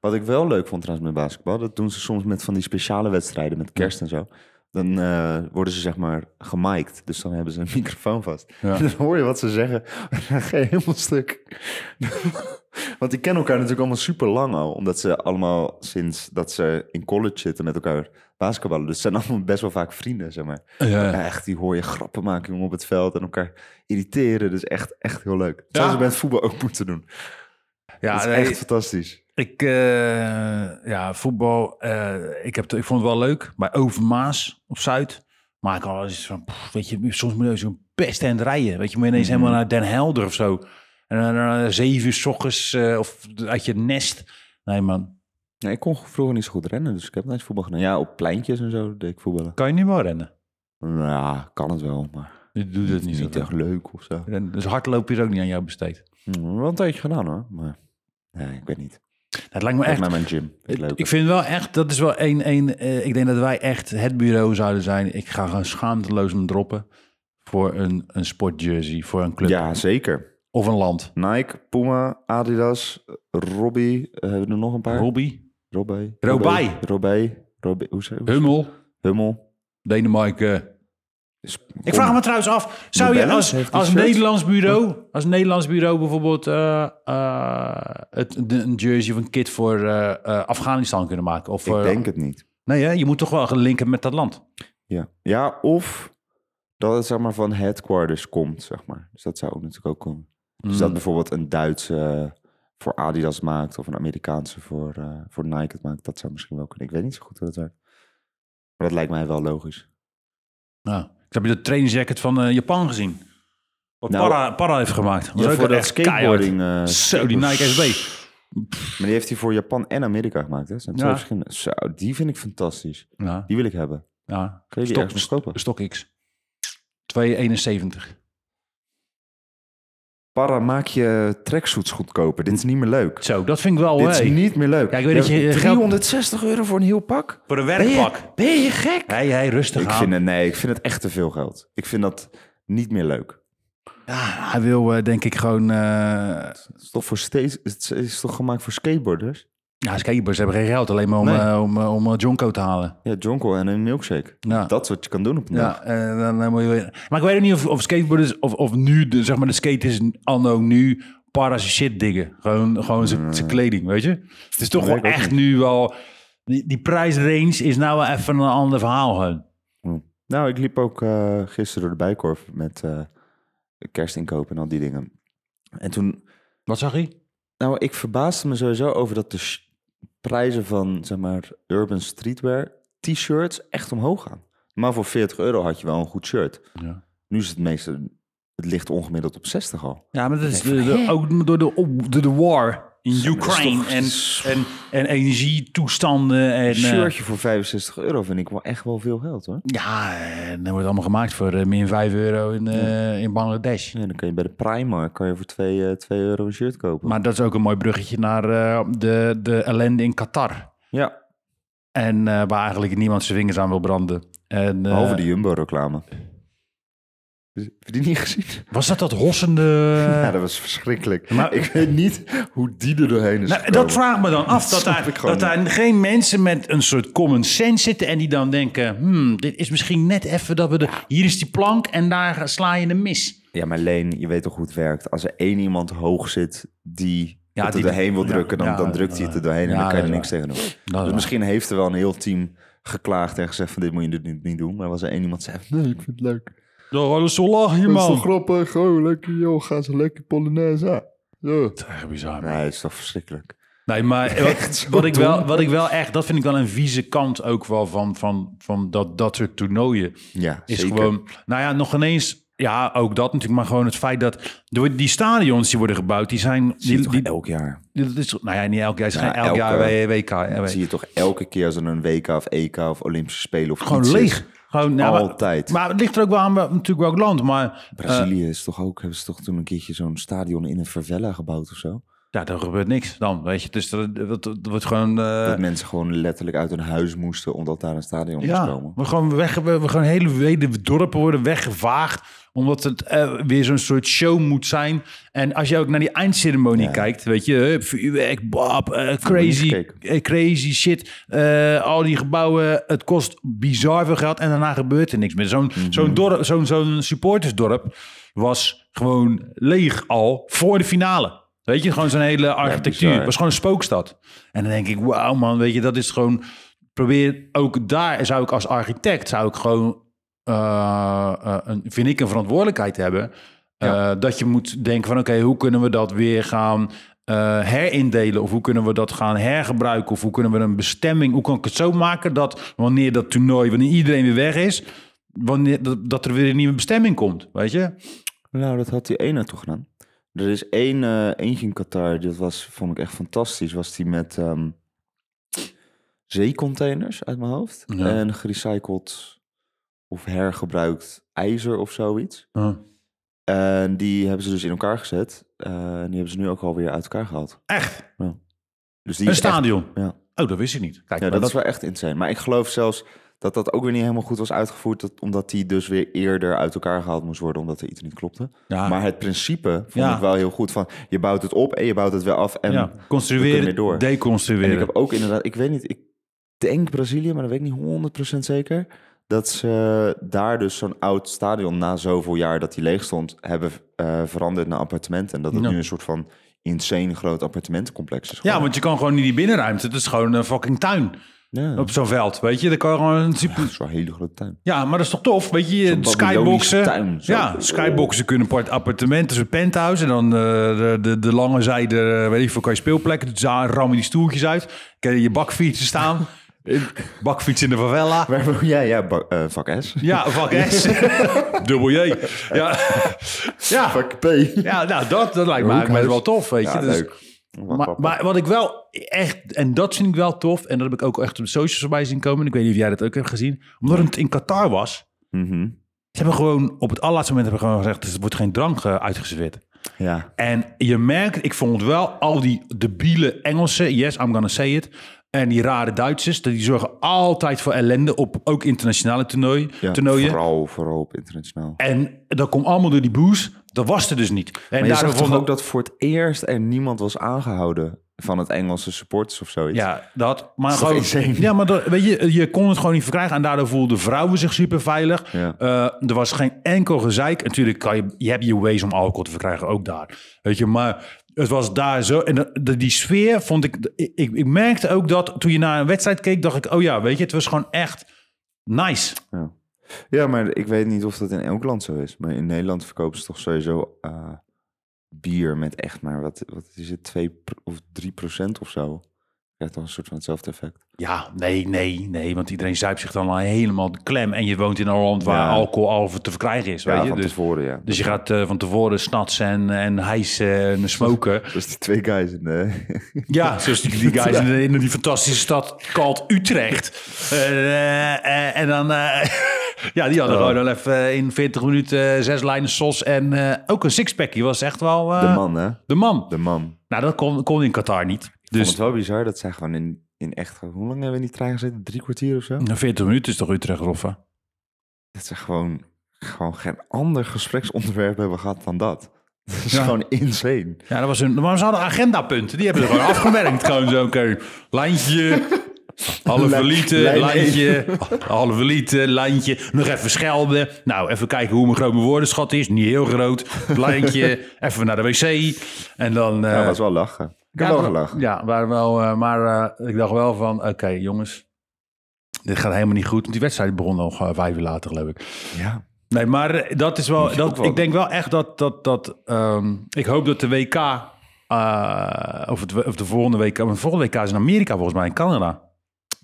S2: Wat ik wel leuk vond trouwens met basketbal, dat doen ze soms met van die speciale wedstrijden met kerst en zo. Dan eh, worden ze zeg maar gemiked, dus dan hebben ze een microfoon vast.
S3: Ja.
S2: Dan hoor je wat ze zeggen, dan ga je helemaal stuk. Want die kennen elkaar natuurlijk allemaal super lang al, omdat ze allemaal sinds dat ze in college zitten met elkaar basketballen. Dus ze zijn allemaal best wel vaak vrienden, zeg maar.
S3: Ja.
S2: Ja, echt, die hoor je grappen maken jongen, op het veld en elkaar irriteren. Dus echt, echt heel leuk. Dat Zouden ze bij het voetbal ook moeten doen.
S3: Ja,
S2: dat is
S3: nee,
S2: echt fantastisch.
S3: ik, eh, ja, voetbal. eh, ik, heb, ik vond het wel leuk. Bij Overmaas op Zuid. Maar ik had wel eens van, pff, weet je, soms moet je zo'n pest en rijden. Weet je, moet je ineens helemaal naar Den Helder of zo. En dan eh, zeven uur s ochtends eh, of uit je nest. Nee man,
S2: Ja, ik kon vroeger niet zo goed rennen, dus ik heb nooit voetbal gedaan. Ja, op pleintjes en zo deed ik voetballen. Nou
S3: kan je nu wel rennen?
S2: Ja, kan het wel, maar
S3: Je doet het niet
S2: niet,
S3: zo
S2: echt leuk of zo.
S3: goed. Dus hardlopen is ook niet aan jou besteed.
S2: Hm, Wel een tijdje gedaan hoor, maar nee, ik weet niet.
S3: Dat lijkt me
S2: Echt
S3: echt
S2: naar mijn gym. Vind ik leuk.
S3: Ik vind wel echt, dat is wel één, één eh, ik denk dat wij echt het bureau zouden zijn. Ik ga gewoon schaamteloos hem droppen voor een, een sportjersey, voor een club
S2: Ja, zeker.
S3: of een land.
S2: Nike, Puma, Adidas, Robbie. eh, hebben we er nog een paar?
S3: Robbie,
S2: Robbie.
S3: Robij.
S2: Robbie. Robbie. Hoe zeg je?
S3: Hummel,
S2: Hummel.
S3: Denemarken.
S2: Is-
S3: Ik vraag me trouwens af, zou
S2: New
S3: je
S2: Balance
S3: als,
S2: heeft die
S3: als
S2: shirt.
S3: Nederlands bureau, als Nederlands bureau bijvoorbeeld eh, eh, het, de- een jersey of een kit voor eh, eh, Afghanistan kunnen maken? Of,
S2: Ik
S3: voor-
S2: denk het niet.
S3: Nee, hè, je moet toch wel linken met dat land.
S2: Ja. ja, of dat het zeg maar van headquarters komt, zeg maar. Dus dat zou ook natuurlijk ook komen. Dus
S3: Hmm.
S2: dat bijvoorbeeld een Duitse eh, voor Adidas maakt of een Amerikaanse voor, eh, voor Nike het maakt, dat zou misschien wel kunnen. Ik weet niet zo goed hoe dat werkt. Maar dat lijkt mij wel logisch.
S3: Nou, ik heb je de trainingsjacket van eh, Japan gezien. Wat
S2: Nou,
S3: para, para heeft gemaakt. Was
S2: Ja,
S3: ook
S2: voor dat
S3: echt
S2: skateboarding.
S3: keihard.
S2: eh,
S3: Zo, die Nike SB.
S2: Maar die heeft hij voor Japan en Amerika gemaakt. Hè? Dat zijn twee
S3: Ja.
S2: verschillende. Zo, die vind ik fantastisch.
S3: Ja,
S2: Die wil ik hebben.
S3: ja.
S2: Kun je die
S3: Stok,
S2: ergens nog kopen?
S3: Stok X. 2,71.
S2: Para, maak je tracksuits goedkoper. Dit is niet meer leuk.
S3: Zo, dat vind ik wel...
S2: Dit is
S3: hey.
S2: niet meer leuk.
S3: Ja, ik weet dat je, eh, geld-
S2: 360 euro voor een heel pak?
S3: Voor een
S2: Ben je-
S3: werkpak.
S2: Ben je gek?
S3: Hey, hey, rustig
S2: Ik
S3: aan.
S2: vind, het, nee, ik vind het echt te veel geld. Ik vind dat niet meer leuk.
S3: Ja, hij wil eh, denk ik gewoon... eh
S2: Het is toch, voor steeds, het is toch gemaakt voor skateboarders?
S3: ja, skateboards hebben geen geld. Alleen maar om,
S2: Nee.
S3: eh, om, eh, om eh, Jonko te halen.
S2: Ja, jonkel en een milkshake.
S3: Ja.
S2: Dat is wat je kan doen op een
S3: Ja,
S2: dag.
S3: eh, dan, dan moet je weer- Maar ik weet ook niet of, of skateboarders of, of nu, de, zeg maar, de skate is anno nu para zijn shit diggen. Gewoon, gewoon zijn zijn kleding, weet je? Het is toch
S2: Nee,
S3: wel
S2: Mm. ik ook
S3: echt nu wel... Die, die prijsrange is nou wel even een ander verhaal gewoon.
S2: Nou, ik liep ook eh, gisteren door de Bijkorf met eh kerstinkoop en al die dingen. En toen...
S3: Wat zag je?
S2: Nou, ik verbaasde me sowieso over dat de sh- prijzen van, zeg maar, urban streetwear... t-shirts echt omhoog gaan. Maar voor 40 euro had je wel een goed shirt.
S3: Ja.
S2: Nu is het meeste... Het ligt ongemiddeld op 60 al.
S3: Ja, maar dat is de- de- ook door de, op- door de war in Ukraine
S2: toch-
S3: en, en, en energietoestanden. En, eh,
S2: Een shirtje voor 65 euro vind ik wel echt wel veel geld hoor.
S3: ja, en dat wordt allemaal gemaakt voor eh, min 5 euro in, eh, in Bangladesh.
S2: Ja, dan kun je bij de Primark kan je voor 2 euro een shirt kopen.
S3: Maar dat is ook een mooi bruggetje naar eh, de, de ellende in Qatar.
S2: ja,
S3: En eh, waar eigenlijk niemand zijn vingers aan wil branden. En, eh,
S2: behalve de Jumbo-reclame. Heb je die niet gezien?
S3: Was dat dat hossende... Nou,
S2: ja, dat was verschrikkelijk.
S3: maar-
S2: ik weet niet hoe die er doorheen is
S3: Nou,
S2: gekomen.
S3: dat vraagt me dan af. Dat,
S2: snap
S3: daar,
S2: ik gewoon
S3: dat daar geen mensen met een soort common sense zitten... en die dan denken... Hmm, dit is misschien net even dat we de... Hier is die plank en daar sla je een mis.
S2: Ja, maar Leen, je weet toch hoe het werkt. Als er één iemand hoog zit die
S3: Ja,
S2: het er
S3: die-
S2: doorheen wil
S3: ja,
S2: drukken, dan,
S3: ja,
S2: dan drukt hij het er doorheen en
S3: ja,
S2: dan kan
S3: dat
S2: je er
S3: is
S2: niks tegen doen.
S3: waar.
S2: Dus misschien heeft er wel een heel team geklaagd en gezegd van dit moet je niet, niet doen. Maar was er één iemand die zei, nee, ik vind het leuk.
S3: Dat is zo lach je,
S2: grappig? Gewoon lekker, joh. Ga ze lekker Polonaise aan.
S3: Echt bizar, man.
S2: Nee, dat is toch verschrikkelijk.
S3: Nee, maar wat, wat ik wel, wat ik wel echt... Dat vind ik wel een vieze kant ook wel van, van, van dat, dat soort toernooien.
S2: Ja,
S3: Is
S2: zeker.
S3: gewoon... Nou ja, nog ineens... Ja, ook dat natuurlijk. Maar gewoon het feit dat door die stadions die worden gebouwd, die zijn...
S2: Zie je
S3: Die,
S2: toch
S3: die,
S2: elk jaar.
S3: dat is, nou ja, niet elk jaar. Het is
S2: Ja,
S3: geen elk jaar
S2: elke-
S3: W- WK. hè,
S2: Dat
S3: weet-
S2: zie je toch elke keer als er een WK of EK of Olympische Spelen of
S3: Gewoon
S2: iets is.
S3: leeg. Gewoon, nou, maar-
S2: Altijd.
S3: Maar, het ligt er ook wel aan wa- natuurlijk welk land. Maar eh,
S2: Brazilië is toch ook, hebben ze toch toen een keertje zo'n stadion in een favela gebouwd of zo?
S3: ja, daar gebeurt niks dan, weet je. Dus dat, dat, dat wordt gewoon... eh,
S2: dat mensen gewoon letterlijk uit hun huis moesten omdat daar een stadion moest
S3: ja,
S2: komen.
S3: we gewoon, weg, we, we gewoon hele wede dorpen worden weggevaagd. Omdat het eh, weer zo'n soort show moet zijn. En als je ook naar die eindceremonie kijkt, weet je, hup, vuurwerk, bab, eh, crazy,
S2: gekeken.
S3: eh, crazy shit. eh, al die gebouwen, het kost bizar veel geld en daarna gebeurt er niks meer. Zo'n
S2: Mhm.
S3: zo'n dorp, zo'n zo'n supportersdorp was gewoon leeg al voor de finale. Weet je, gewoon zo'n hele architectuur.
S2: bizar.
S3: Het was gewoon een spookstad. En dan denk ik, wauw man, weet je, dat is gewoon... Probeer ook daar, zou ik als architect, zou ik gewoon, eh, eh, een, vind ik, een verantwoordelijkheid hebben. Eh, dat je moet denken van, oké, hoe kunnen we dat weer gaan eh, herindelen? Of hoe kunnen we dat gaan hergebruiken? Of hoe kunnen we een bestemming, hoe kan ik het zo maken dat wanneer dat toernooi, wanneer iedereen weer weg is, wanneer, dat, dat er weer een nieuwe bestemming komt, weet je?
S2: Nou, dat had die ene toch gedaan. Er is één eh, eentje in Qatar, dat was, vond ik echt fantastisch. Was die met ehm, zeecontainers uit mijn hoofd.
S3: Ja.
S2: En gerecycled of hergebruikt ijzer of zoiets. En die hebben ze dus in elkaar gezet. Eh, en die hebben ze nu ook alweer uit elkaar gehaald.
S3: Echt?
S2: Dus die
S3: Een
S2: is echt-
S3: stadion?
S2: ja.
S3: Oh, dat wist ik niet. Kijk,
S2: Ja,
S3: maar
S2: dat, is wel echt insane. Maar ik geloof zelfs dat dat ook weer niet helemaal goed was uitgevoerd. Dat, omdat die dus weer eerder uit elkaar gehaald moest worden. Omdat er iets niet klopte.
S3: Ja.
S2: Maar het principe vond
S3: Ah. Ja.
S2: ik wel heel goed. Van, je bouwt het op en je bouwt het weer af. En,
S3: ja,
S2: we kunnen weer
S3: construeren,
S2: door. en
S3: deconstrueren.
S2: ik heb ook inderdaad... Ik weet niet, ik denk Brazilië, maar dat weet ik niet 100% zeker. Dat ze daar dus zo'n oud stadion na zoveel jaar dat die leeg stond... hebben eh, veranderd naar appartementen. En dat het
S3: Ja.
S2: nu een soort van insane groot appartementencomplex is.
S3: Ja,
S2: geworden.
S3: want je kan gewoon in die binnenruimte. Het is gewoon een fucking tuin.
S2: Ja.
S3: Op zo'n veld, weet je. Daar kan je gewoon een super...
S2: Het is wel een hele grote tuin.
S3: Ja, maar dat is toch tof, weet je.
S2: paviljonische
S3: Skyboxen.
S2: tuin, zo.
S3: ja, skyboxen kunnen apart appartementen, zo'n penthouse. En dan eh, de, de, de lange zijde, eh, weet ik veel, kan je speelplekken. Dus daar rammen die stoeltjes uit. Kan je je bakfietsen staan. Bakfiets in de favela.
S2: Waar wil jij? Ja, ba- eh, vak S.
S3: Ja, fuck S. Dubbel J. Ja, ja.
S2: Vak P.
S3: ja nou, dat, dat lijkt me eigenlijk wel tof, weet je.
S2: Ja,
S3: Dus-
S2: leuk. Wat
S3: Maar,
S2: grappig.
S3: maar wat ik wel echt, en dat vind ik wel tof, en dat heb ik ook echt op de socials voorbij zien komen. en Ik weet niet of jij dat ook hebt gezien. Omdat het in Qatar was,
S2: Mhm.
S3: ze hebben gewoon op het allerlaatste moment hebben gewoon gezegd: dus er wordt geen drank eh, uitgeserveerd.
S2: Ja.
S3: En je merkt, ik vond wel al die debiele Engelsen, yes, I'm gonna say it. En die rare Duitsers, die zorgen altijd voor ellende op ook internationale toernooi,
S2: ja.
S3: toernooien.
S2: Vooral, vooral op internationaal.
S3: En dat komt allemaal door die booze. Dat was er dus niet. En
S2: En daar
S3: daarom
S2: vond
S3: vond
S2: ook dat voor het eerst er niemand was aangehouden van het Engelse supporters of zoiets.
S3: Ja, dat. Maar
S2: toch
S3: gewoon,
S2: insane?
S3: ja, maar dat, weet je, je kon het gewoon niet verkrijgen. En daardoor voelden vrouwen zich super veilig.
S2: Ja.
S3: er was geen enkel gezeik. Natuurlijk, kan je, je hebt je ways om alcohol te verkrijgen, ook daar. Weet je, maar het was daar zo. En dat- dat- die sfeer vond ik, ik. Ik merkte ook dat toen je naar een wedstrijd keek, dacht ik, oh ja, weet je, het was gewoon echt nice.
S2: Ja. Ja, maar ik weet niet of dat in elk land zo is. Maar in Nederland verkopen ze toch sowieso eh, bier met echt maar, wat, wat is het, 2 pro- of 3 procent of zo. Ja, toch een soort van hetzelfde effect.
S3: Ja, nee, nee, nee. Want iedereen zuipt zich dan al helemaal de klem. En je woont in een land waar
S2: Ja.
S3: alcohol al voor te verkrijgen is.
S2: Ja,
S3: weet je?
S2: van
S3: Dus,
S2: tevoren, ja.
S3: dus je gaat eh, van tevoren snats en, en hijsen en smoken.
S2: Dus die twee guys in de...
S3: Ja, zoals dus die, die guys in, de- in die fantastische stad called Utrecht. Eh, eh, en dan... eh, ja, die hadden gewoon al even in 40 minuten eh, zes lijnen sos en eh, ook een sixpack. Die was echt wel... eh,
S2: de man, hè?
S3: De man.
S2: De man.
S3: Nou, dat kon, kon in Qatar niet.
S2: Dus het
S3: Dus
S2: wel bizar dat zij gewoon in, in echt... Hoe lang hebben we in die trein gezeten? Drie kwartier of zo?
S3: 40 minuten is toch Utrecht, Roffa?
S2: Dat ze gewoon, gewoon geen ander gespreksonderwerp hebben gehad dan dat. Dat is
S3: Ja.
S2: gewoon insane.
S3: Ja, dat was een, maar ze hadden agendapunten. Die hebben ze gewoon afgewerkt. Gewoon zo, oké, lijntje, halve
S2: Lijn-
S3: liter,
S2: lijn
S3: lijntje, halve liter, lijntje. Nog even schelden. Nou, even kijken hoe mijn groot mijn woordenschat is. Niet heel groot. Lijntje, even naar de wc. En dan... eh,
S2: Ja, dat was wel lachen. Ik heb wel
S3: dat-
S2: gelachen.
S3: Ja, waren wel, eh, maar eh, ik dacht wel van, oké jongens, dit gaat helemaal niet goed. Want die wedstrijd begon nog eh, vijf uur later, geloof ik.
S2: Ja.
S3: Nee, maar eh, dat is wel. Dat,
S2: wel
S3: ik denk wel echt dat. dat, dat ehm, ik hoop dat de WK. eh, of, het, of de volgende WK. Want de volgende WK is in Amerika volgens mij, in Canada.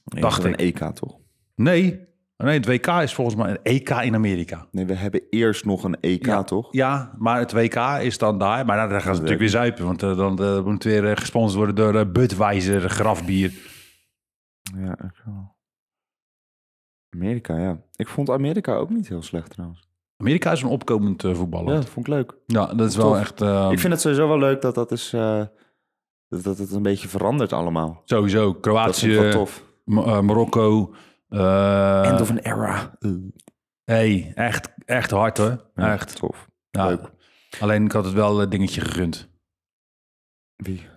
S2: Nee,
S3: Dacht
S2: dat is Een EK E toch?
S3: Nee. Nee, het WK is volgens mij een EK in Amerika.
S2: Nee, we hebben eerst nog een EK, toch?
S3: Ja, maar het WK is dan daar. Maar daar gaan ze natuurlijk weer zuipen. Want eh, dan eh, moet het weer eh, gesponsord worden door eh, Budweiser, grafbier.
S2: Ja, echt wel. Amerika, ja. Ik vond Amerika ook niet heel slecht trouwens.
S3: Amerika is een opkomend eh,
S2: Ja,
S3: voetballer. Ja.
S2: dat vond ik leuk.
S3: dat is wel
S2: Tof.
S3: echt... eh,
S2: ik vind het sowieso wel leuk dat dat is... eh, dat, dat het een beetje verandert allemaal.
S3: Sowieso,
S2: Dat vind ik wel
S3: Kroatië,
S2: tof.
S3: Ma- eh, Marokko. eh,
S2: End of an era.
S3: hey, echt, echt hard hoor.
S2: Ja,
S3: ah, echt.
S2: Tof.
S3: Ja.
S2: Leuk.
S3: Alleen ik had het wel een dingetje gegund.
S2: Wie?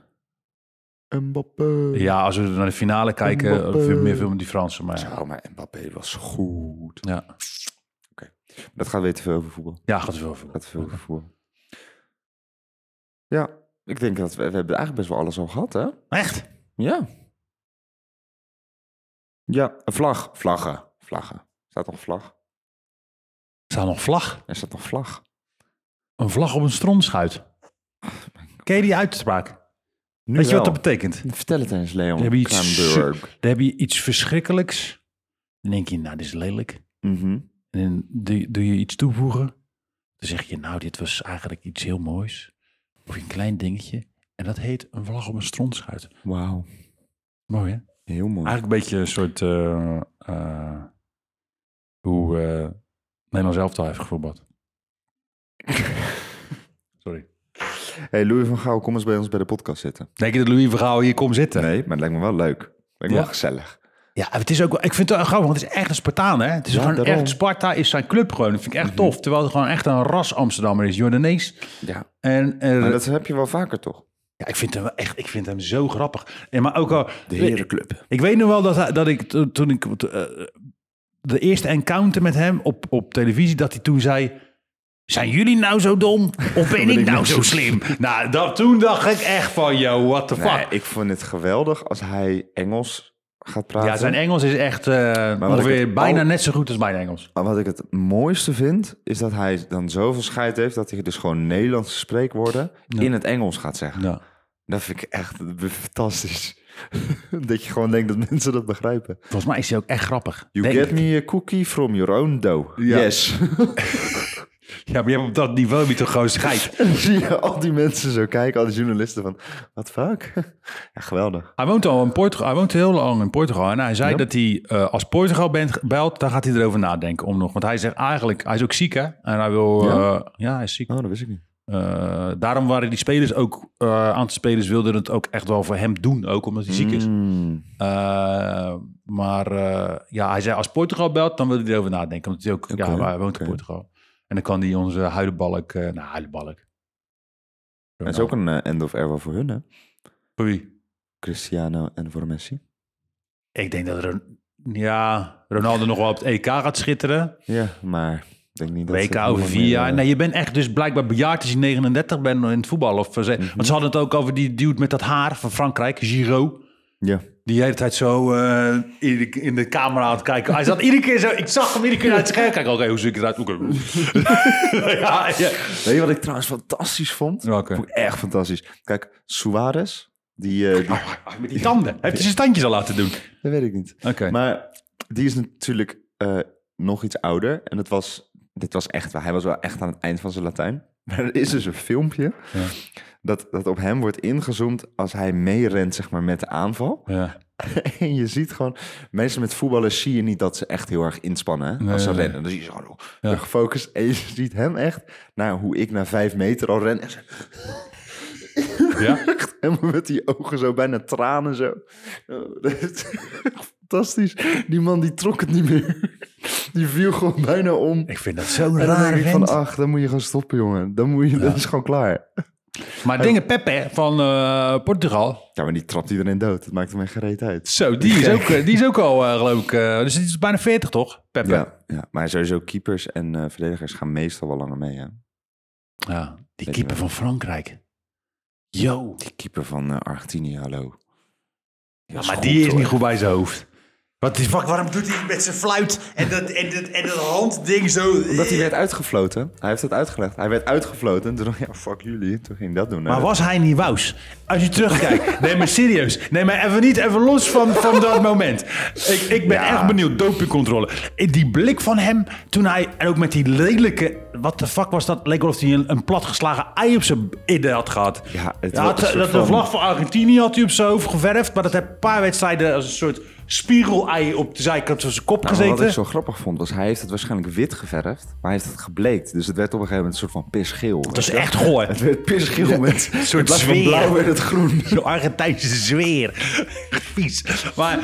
S2: Mbappé.
S3: Ja, als we naar de finale kijken, eh,
S2: Mbappé.
S3: veel meer film met die Fransen. Maar ja,
S2: Zo, maar Mbappé was goed.
S3: ja.
S2: Dat gaat weer te veel over voetbal.
S3: ja gaat wel veel.
S2: Gaat te veel over voetbal. Ja, ik denk dat we, we hebben eigenlijk best wel alles al gehad, hè?
S3: Echt?
S2: Ja. Ja, een vlag. Vlaggen. Vlaggen. Staat nog vlag?
S3: Er staat nog vlag.
S2: Er staat nog vlag.
S3: Een vlag op een stromschuit. Ken je die uitspraak?
S2: Nu
S3: Weet je wat
S2: wel.
S3: dat betekent?
S2: Vertel het eens, Leon.
S3: Dan heb, je iets,
S2: Kruimburg.
S3: dan heb je iets verschrikkelijks. Dan denk je, nou, dit is lelijk.
S2: Mhm.
S3: En dan doe, doe je iets toevoegen. Dan zeg je, nou, dit was eigenlijk iets heel moois. Of een klein dingetje. En dat heet een vlag op een stromschuit.
S2: Wauw.
S3: Mooi, hè?
S2: Heel mooi.
S3: Eigenlijk een beetje een soort... eh, eh, hoe eh Nederland zelf heeft gevoetbald. Sorry.
S2: Hey, Louis van Gaal, kom eens bij ons bij de podcast zitten.
S3: Denk je dat Louis Vergaal hier komt zitten?
S2: Nee, maar het lijkt me wel leuk. Lijkt me
S3: Ja.
S2: wel gezellig.
S3: Ja, het is ook, wel- ik vind het wel grappig, want het is echt een Spartaan, hè? Het is
S2: Ja,
S3: gewoon
S2: daarom.
S3: echt, Sparta is zijn club gewoon. Dat vind ik echt tof. Terwijl het gewoon echt een ras Amsterdammer is, Jordanees.
S2: Ja.
S3: En, eh, en
S2: Maar dat heb je wel vaker, toch?
S3: ja, ik, vind hem wel echt, ik vind hem zo grappig. En, maar ook al,
S2: De herenclub.
S3: ik weet nog wel dat, hij- dat ik to- toen ik eh, de eerste encounter met hem op, op televisie, dat hij toen zei: Zijn jullie nou zo dom? Of ben ik nou zo slim? Nou, dat, toen dacht ik echt van: Yo, what the fuck.
S2: Nee, ik vond het geweldig als hij Engels gaat praten.
S3: ja, zijn Engels is echt eh
S2: wat ik
S3: ongeveer
S2: het
S3: bijna
S2: al-
S3: net zo goed als mijn Engels.
S2: Maar wat ik het mooiste vind, is dat hij dan zoveel scheid heeft... dat hij dus gewoon Nederlandse spreekwoorden in het Engels gaat zeggen.
S3: Ja.
S2: Dat vind ik echt fantastisch. dat je gewoon denkt dat mensen dat begrijpen.
S3: Volgens mij is hij ook echt grappig.
S2: You
S3: Denk
S2: get
S3: ik.
S2: me a cookie from your own dough.
S3: Ja.
S2: Yes.
S3: Ja, maar je hebt op dat niveau niet toch gewoon scheid.
S2: En dan zie je al die mensen zo kijken, al die journalisten van... Wat fuck? Ja, geweldig.
S3: Hij woont al in Portugal. Hij woont heel lang in Portugal. En hij zei dat hij eh, als Portugal bent, belt, dan gaat hij erover nadenken om nog. Want hij zegt eigenlijk, hij is ook ziek hè. En hij wil, eh, ja,
S2: Ja?
S3: hij is ziek.
S2: Oh, dat wist ik niet.
S3: Eh, daarom waren die spelers ook, eh aantal spelers wilden het ook echt wel voor hem doen. Ook omdat hij ziek is.
S2: Mm.
S3: Eh, maar eh, ja, hij zei als Portugal belt, dan wil hij erover nadenken. Omdat hij ook,
S2: Oké,
S3: ja, hij woont in
S2: oké.
S3: Portugal. En dan kan hij onze huidenbalk, eh nou huidenbalk.
S2: Dat is ook een eh, end of era voor hun, hè?
S3: Voor wie?
S2: Cristiano en voor Messi.
S3: Ik denk dat Ron- ja, Ronaldo nog wel op het EK gaat schitteren.
S2: Ja, maar ik denk niet dat... ze
S3: WK
S2: het
S3: over
S2: nog
S3: vier
S2: meer,
S3: jaar.
S2: eh,
S3: Nee, je bent echt dus blijkbaar bejaard als je 39 bent in het voetbal. Of, eh, ze- Want ze hadden het ook over die dude met dat haar van Frankrijk, Giro.
S2: Ja.
S3: Die de hele tijd zo eh, in, de, in de camera aan het kijken. Hij zat iedere keer zo... Ik zag hem iedere keer uit het scherm kijken. Oké, hoe zie ik eruit? Oké. ja, ja.
S2: Weet je wat ik trouwens fantastisch vond?
S3: Welke?
S2: Vond ik echt fantastisch. Kijk, Suarez, die... eh, die
S3: Ah, Met die tanden. Heeft hij zijn standjes al laten doen?
S2: dat weet ik niet.
S3: Oké.
S2: Maar die is natuurlijk eh, nog iets ouder. En het was, dit was echt, hij was wel echt aan het eind van zijn Latijn. Maar er is dus een filmpje
S3: Ja.
S2: dat, dat op hem wordt ingezoomd als hij meerent zeg maar, met de aanval.
S3: Ja.
S2: en je ziet gewoon, mensen met voetballers zie je niet dat ze echt heel erg inspannen. hè, als ze
S3: nee,
S2: rennen, dan zie je ze gewoon oh, erg gefocust. En je ziet hem echt, nou hoe ik na vijf meter al ren. En ze-
S3: ja?
S2: en met die ogen zo bijna tranen zo. Oh, dat is Fantastisch. Die man die trok het niet meer. Die viel gewoon bijna om.
S3: Ik vind dat zo'n
S2: En dan denk
S3: rare
S2: ik van,
S3: vent.
S2: ach, dan moet je gewoon stoppen, jongen. Dan moet je, dat is gewoon klaar.
S3: Maar dingen Pepe van eh, Portugal...
S2: Ja, maar die trapt iedereen dood. Dat maakt hem echt gereed uit.
S3: Zo, die is ook, eh, die is ook al, eh, geloof ik. eh, dus die is bijna 40, toch? Pepe.
S2: Ja, ja, maar sowieso keepers en eh, verdedigers gaan meestal wel langer mee, hè.
S3: Ja, die
S2: je
S3: keeper van Frankrijk. Yo.
S2: Die keeper van eh, Argentinië, hallo.
S3: maar die is niet goed bij zijn hoofd. Wat die fuck, waarom doet hij met zijn fluit en dat, en dat, en dat handding zo...
S2: Omdat hij werd uitgefloten. Hij heeft dat uitgelegd. Hij werd uitgefloten. En toen dacht ik, ja, fuck jullie. Toen ging hij dat doen.
S3: Maar was hij niet wous? Als je terugkijkt. Nee, maar serieus. Nee, maar even niet even los van, van dat moment. Ik, ik ben
S2: Ja.
S3: echt benieuwd. Dopingcontrole. Die blik van hem toen hij... En ook met die lelijke... Wat de fuck was dat? Leek wel of hij een, een platgeslagen ei op zijn idee had gehad.
S2: Ja, het
S3: Hij
S2: was
S3: had, eh,
S2: een soort
S3: dat de
S2: van-
S3: vlag van Argentinië had hij op zijn hoofd geverfd. Maar dat heeft een paar wedstrijden als een soort spiegelei op de zijkant van zijn kop
S2: Nou,
S3: gezeten.
S2: Wat ik zo grappig vond, was hij heeft het waarschijnlijk wit geverfd, maar hij heeft het gebleekt. Dus het werd op een gegeven moment een soort van pisgeel.
S3: Dat is echt goor.
S2: Het werd pisgeel met een
S3: soort
S2: soort van
S3: zweer.
S2: blauw werd het groen.
S3: Zo'n Argentijnse zweer. Vies. Maar,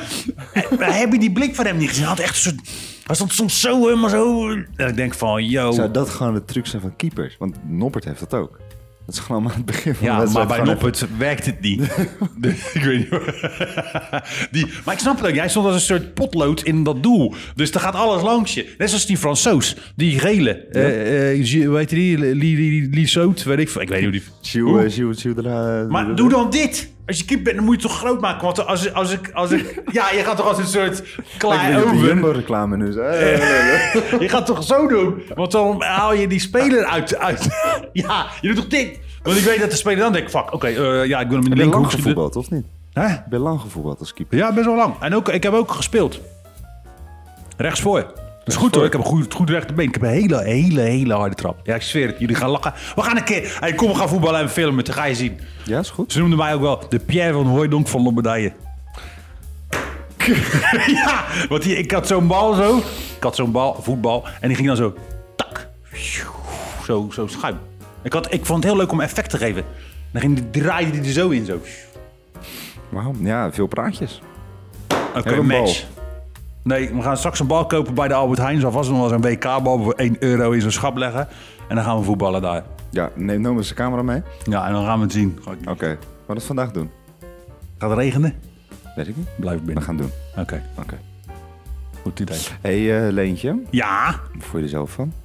S3: maar heb je die blik van hem niet gezien? Hij had echt een soort... Hij stond soms zo helemaal zo... En ik denk van, yo...
S2: Zou dat gewoon de truc zijn van keepers? Want Noppert heeft dat ook. Dat is gewoon aan het begin van de
S3: Ja, maar
S2: wedstrijd.
S3: bij
S2: gewoon
S3: Noppert werkt het niet. Dus ik weet niet waar- die, Maar ik snap het ook. Hij stond als een soort potlood in dat doel. Dus daar gaat alles langs je. Net zoals die Fransoos. Die gele. eh eh, Gi- hoe heet die? Li- Li- Li- Lisout? Weet ik veel. Ik weet niet hoe die...
S2: even- Giroud, eh, Giroud, Giroud, eh,
S3: Maar doe dan dit. Als je keeper bent, dan moet je het toch groot maken. Want als, als ik, als ik... Ja, je gaat toch als een soort
S2: Ik
S3: klaar
S2: denk dat de
S3: over.
S2: Jumbo-reclame nu. is. Eh,
S3: Je gaat toch zo doen? Want dan haal je die speler uit. uit. Ja, je doet toch dit? Want ik weet dat de speler dan denkt, fuck, oké, eh, ja, ik wil hem in de
S2: Ben lang
S3: linkerhoek schieten.
S2: gevoetbald, of niet?
S3: Hè?
S2: Ik ben lang gevoetbald als keeper.
S3: Ja, best wel lang. En ook, ik heb ook gespeeld. Rechtsvoor. Dat is goed hoor, ik heb een goed, goed rechterbeen. Ik heb een hele, hele, hele harde trap. Ja, ik zweer het, jullie gaan lachen. We gaan een keer, hey, kom, we gaan voetballen en filmen, dan ga je zien.
S2: Ja, is goed.
S3: Ze noemden mij ook wel de Pierre van Hooijdonk van Lombardije. ja, want die, ik had zo'n bal zo. Ik had zo'n bal, voetbal. En die ging dan zo, tak. Zo, zo schuim. Ik, had, ik vond het heel leuk om effect te geven. Dan ging die, draaide die er zo in zo.
S2: Wauw. Ja, veel praatjes.
S3: Oké,
S2: Heb een
S3: match. Nee, we gaan straks een bal kopen bij de Albert Heijn. Zal vast nog wel eens een WK-bal voor 1 euro in zo'n schap leggen. En dan gaan we voetballen daar.
S2: Ja, neem nou eens de camera mee. Oké.
S3: Ja, en dan gaan we het zien. Ga ik-
S2: Wat we het vandaag doen?
S3: Gaat het regenen?
S2: Weet ik niet.
S3: Blijf
S2: We
S3: binnen.
S2: gaan het doen.
S3: Oké,
S2: Oké.
S3: goed idee.
S2: Hé, hey, eh, Leentje.
S3: Ja,
S2: Hoe voel je er zelf van?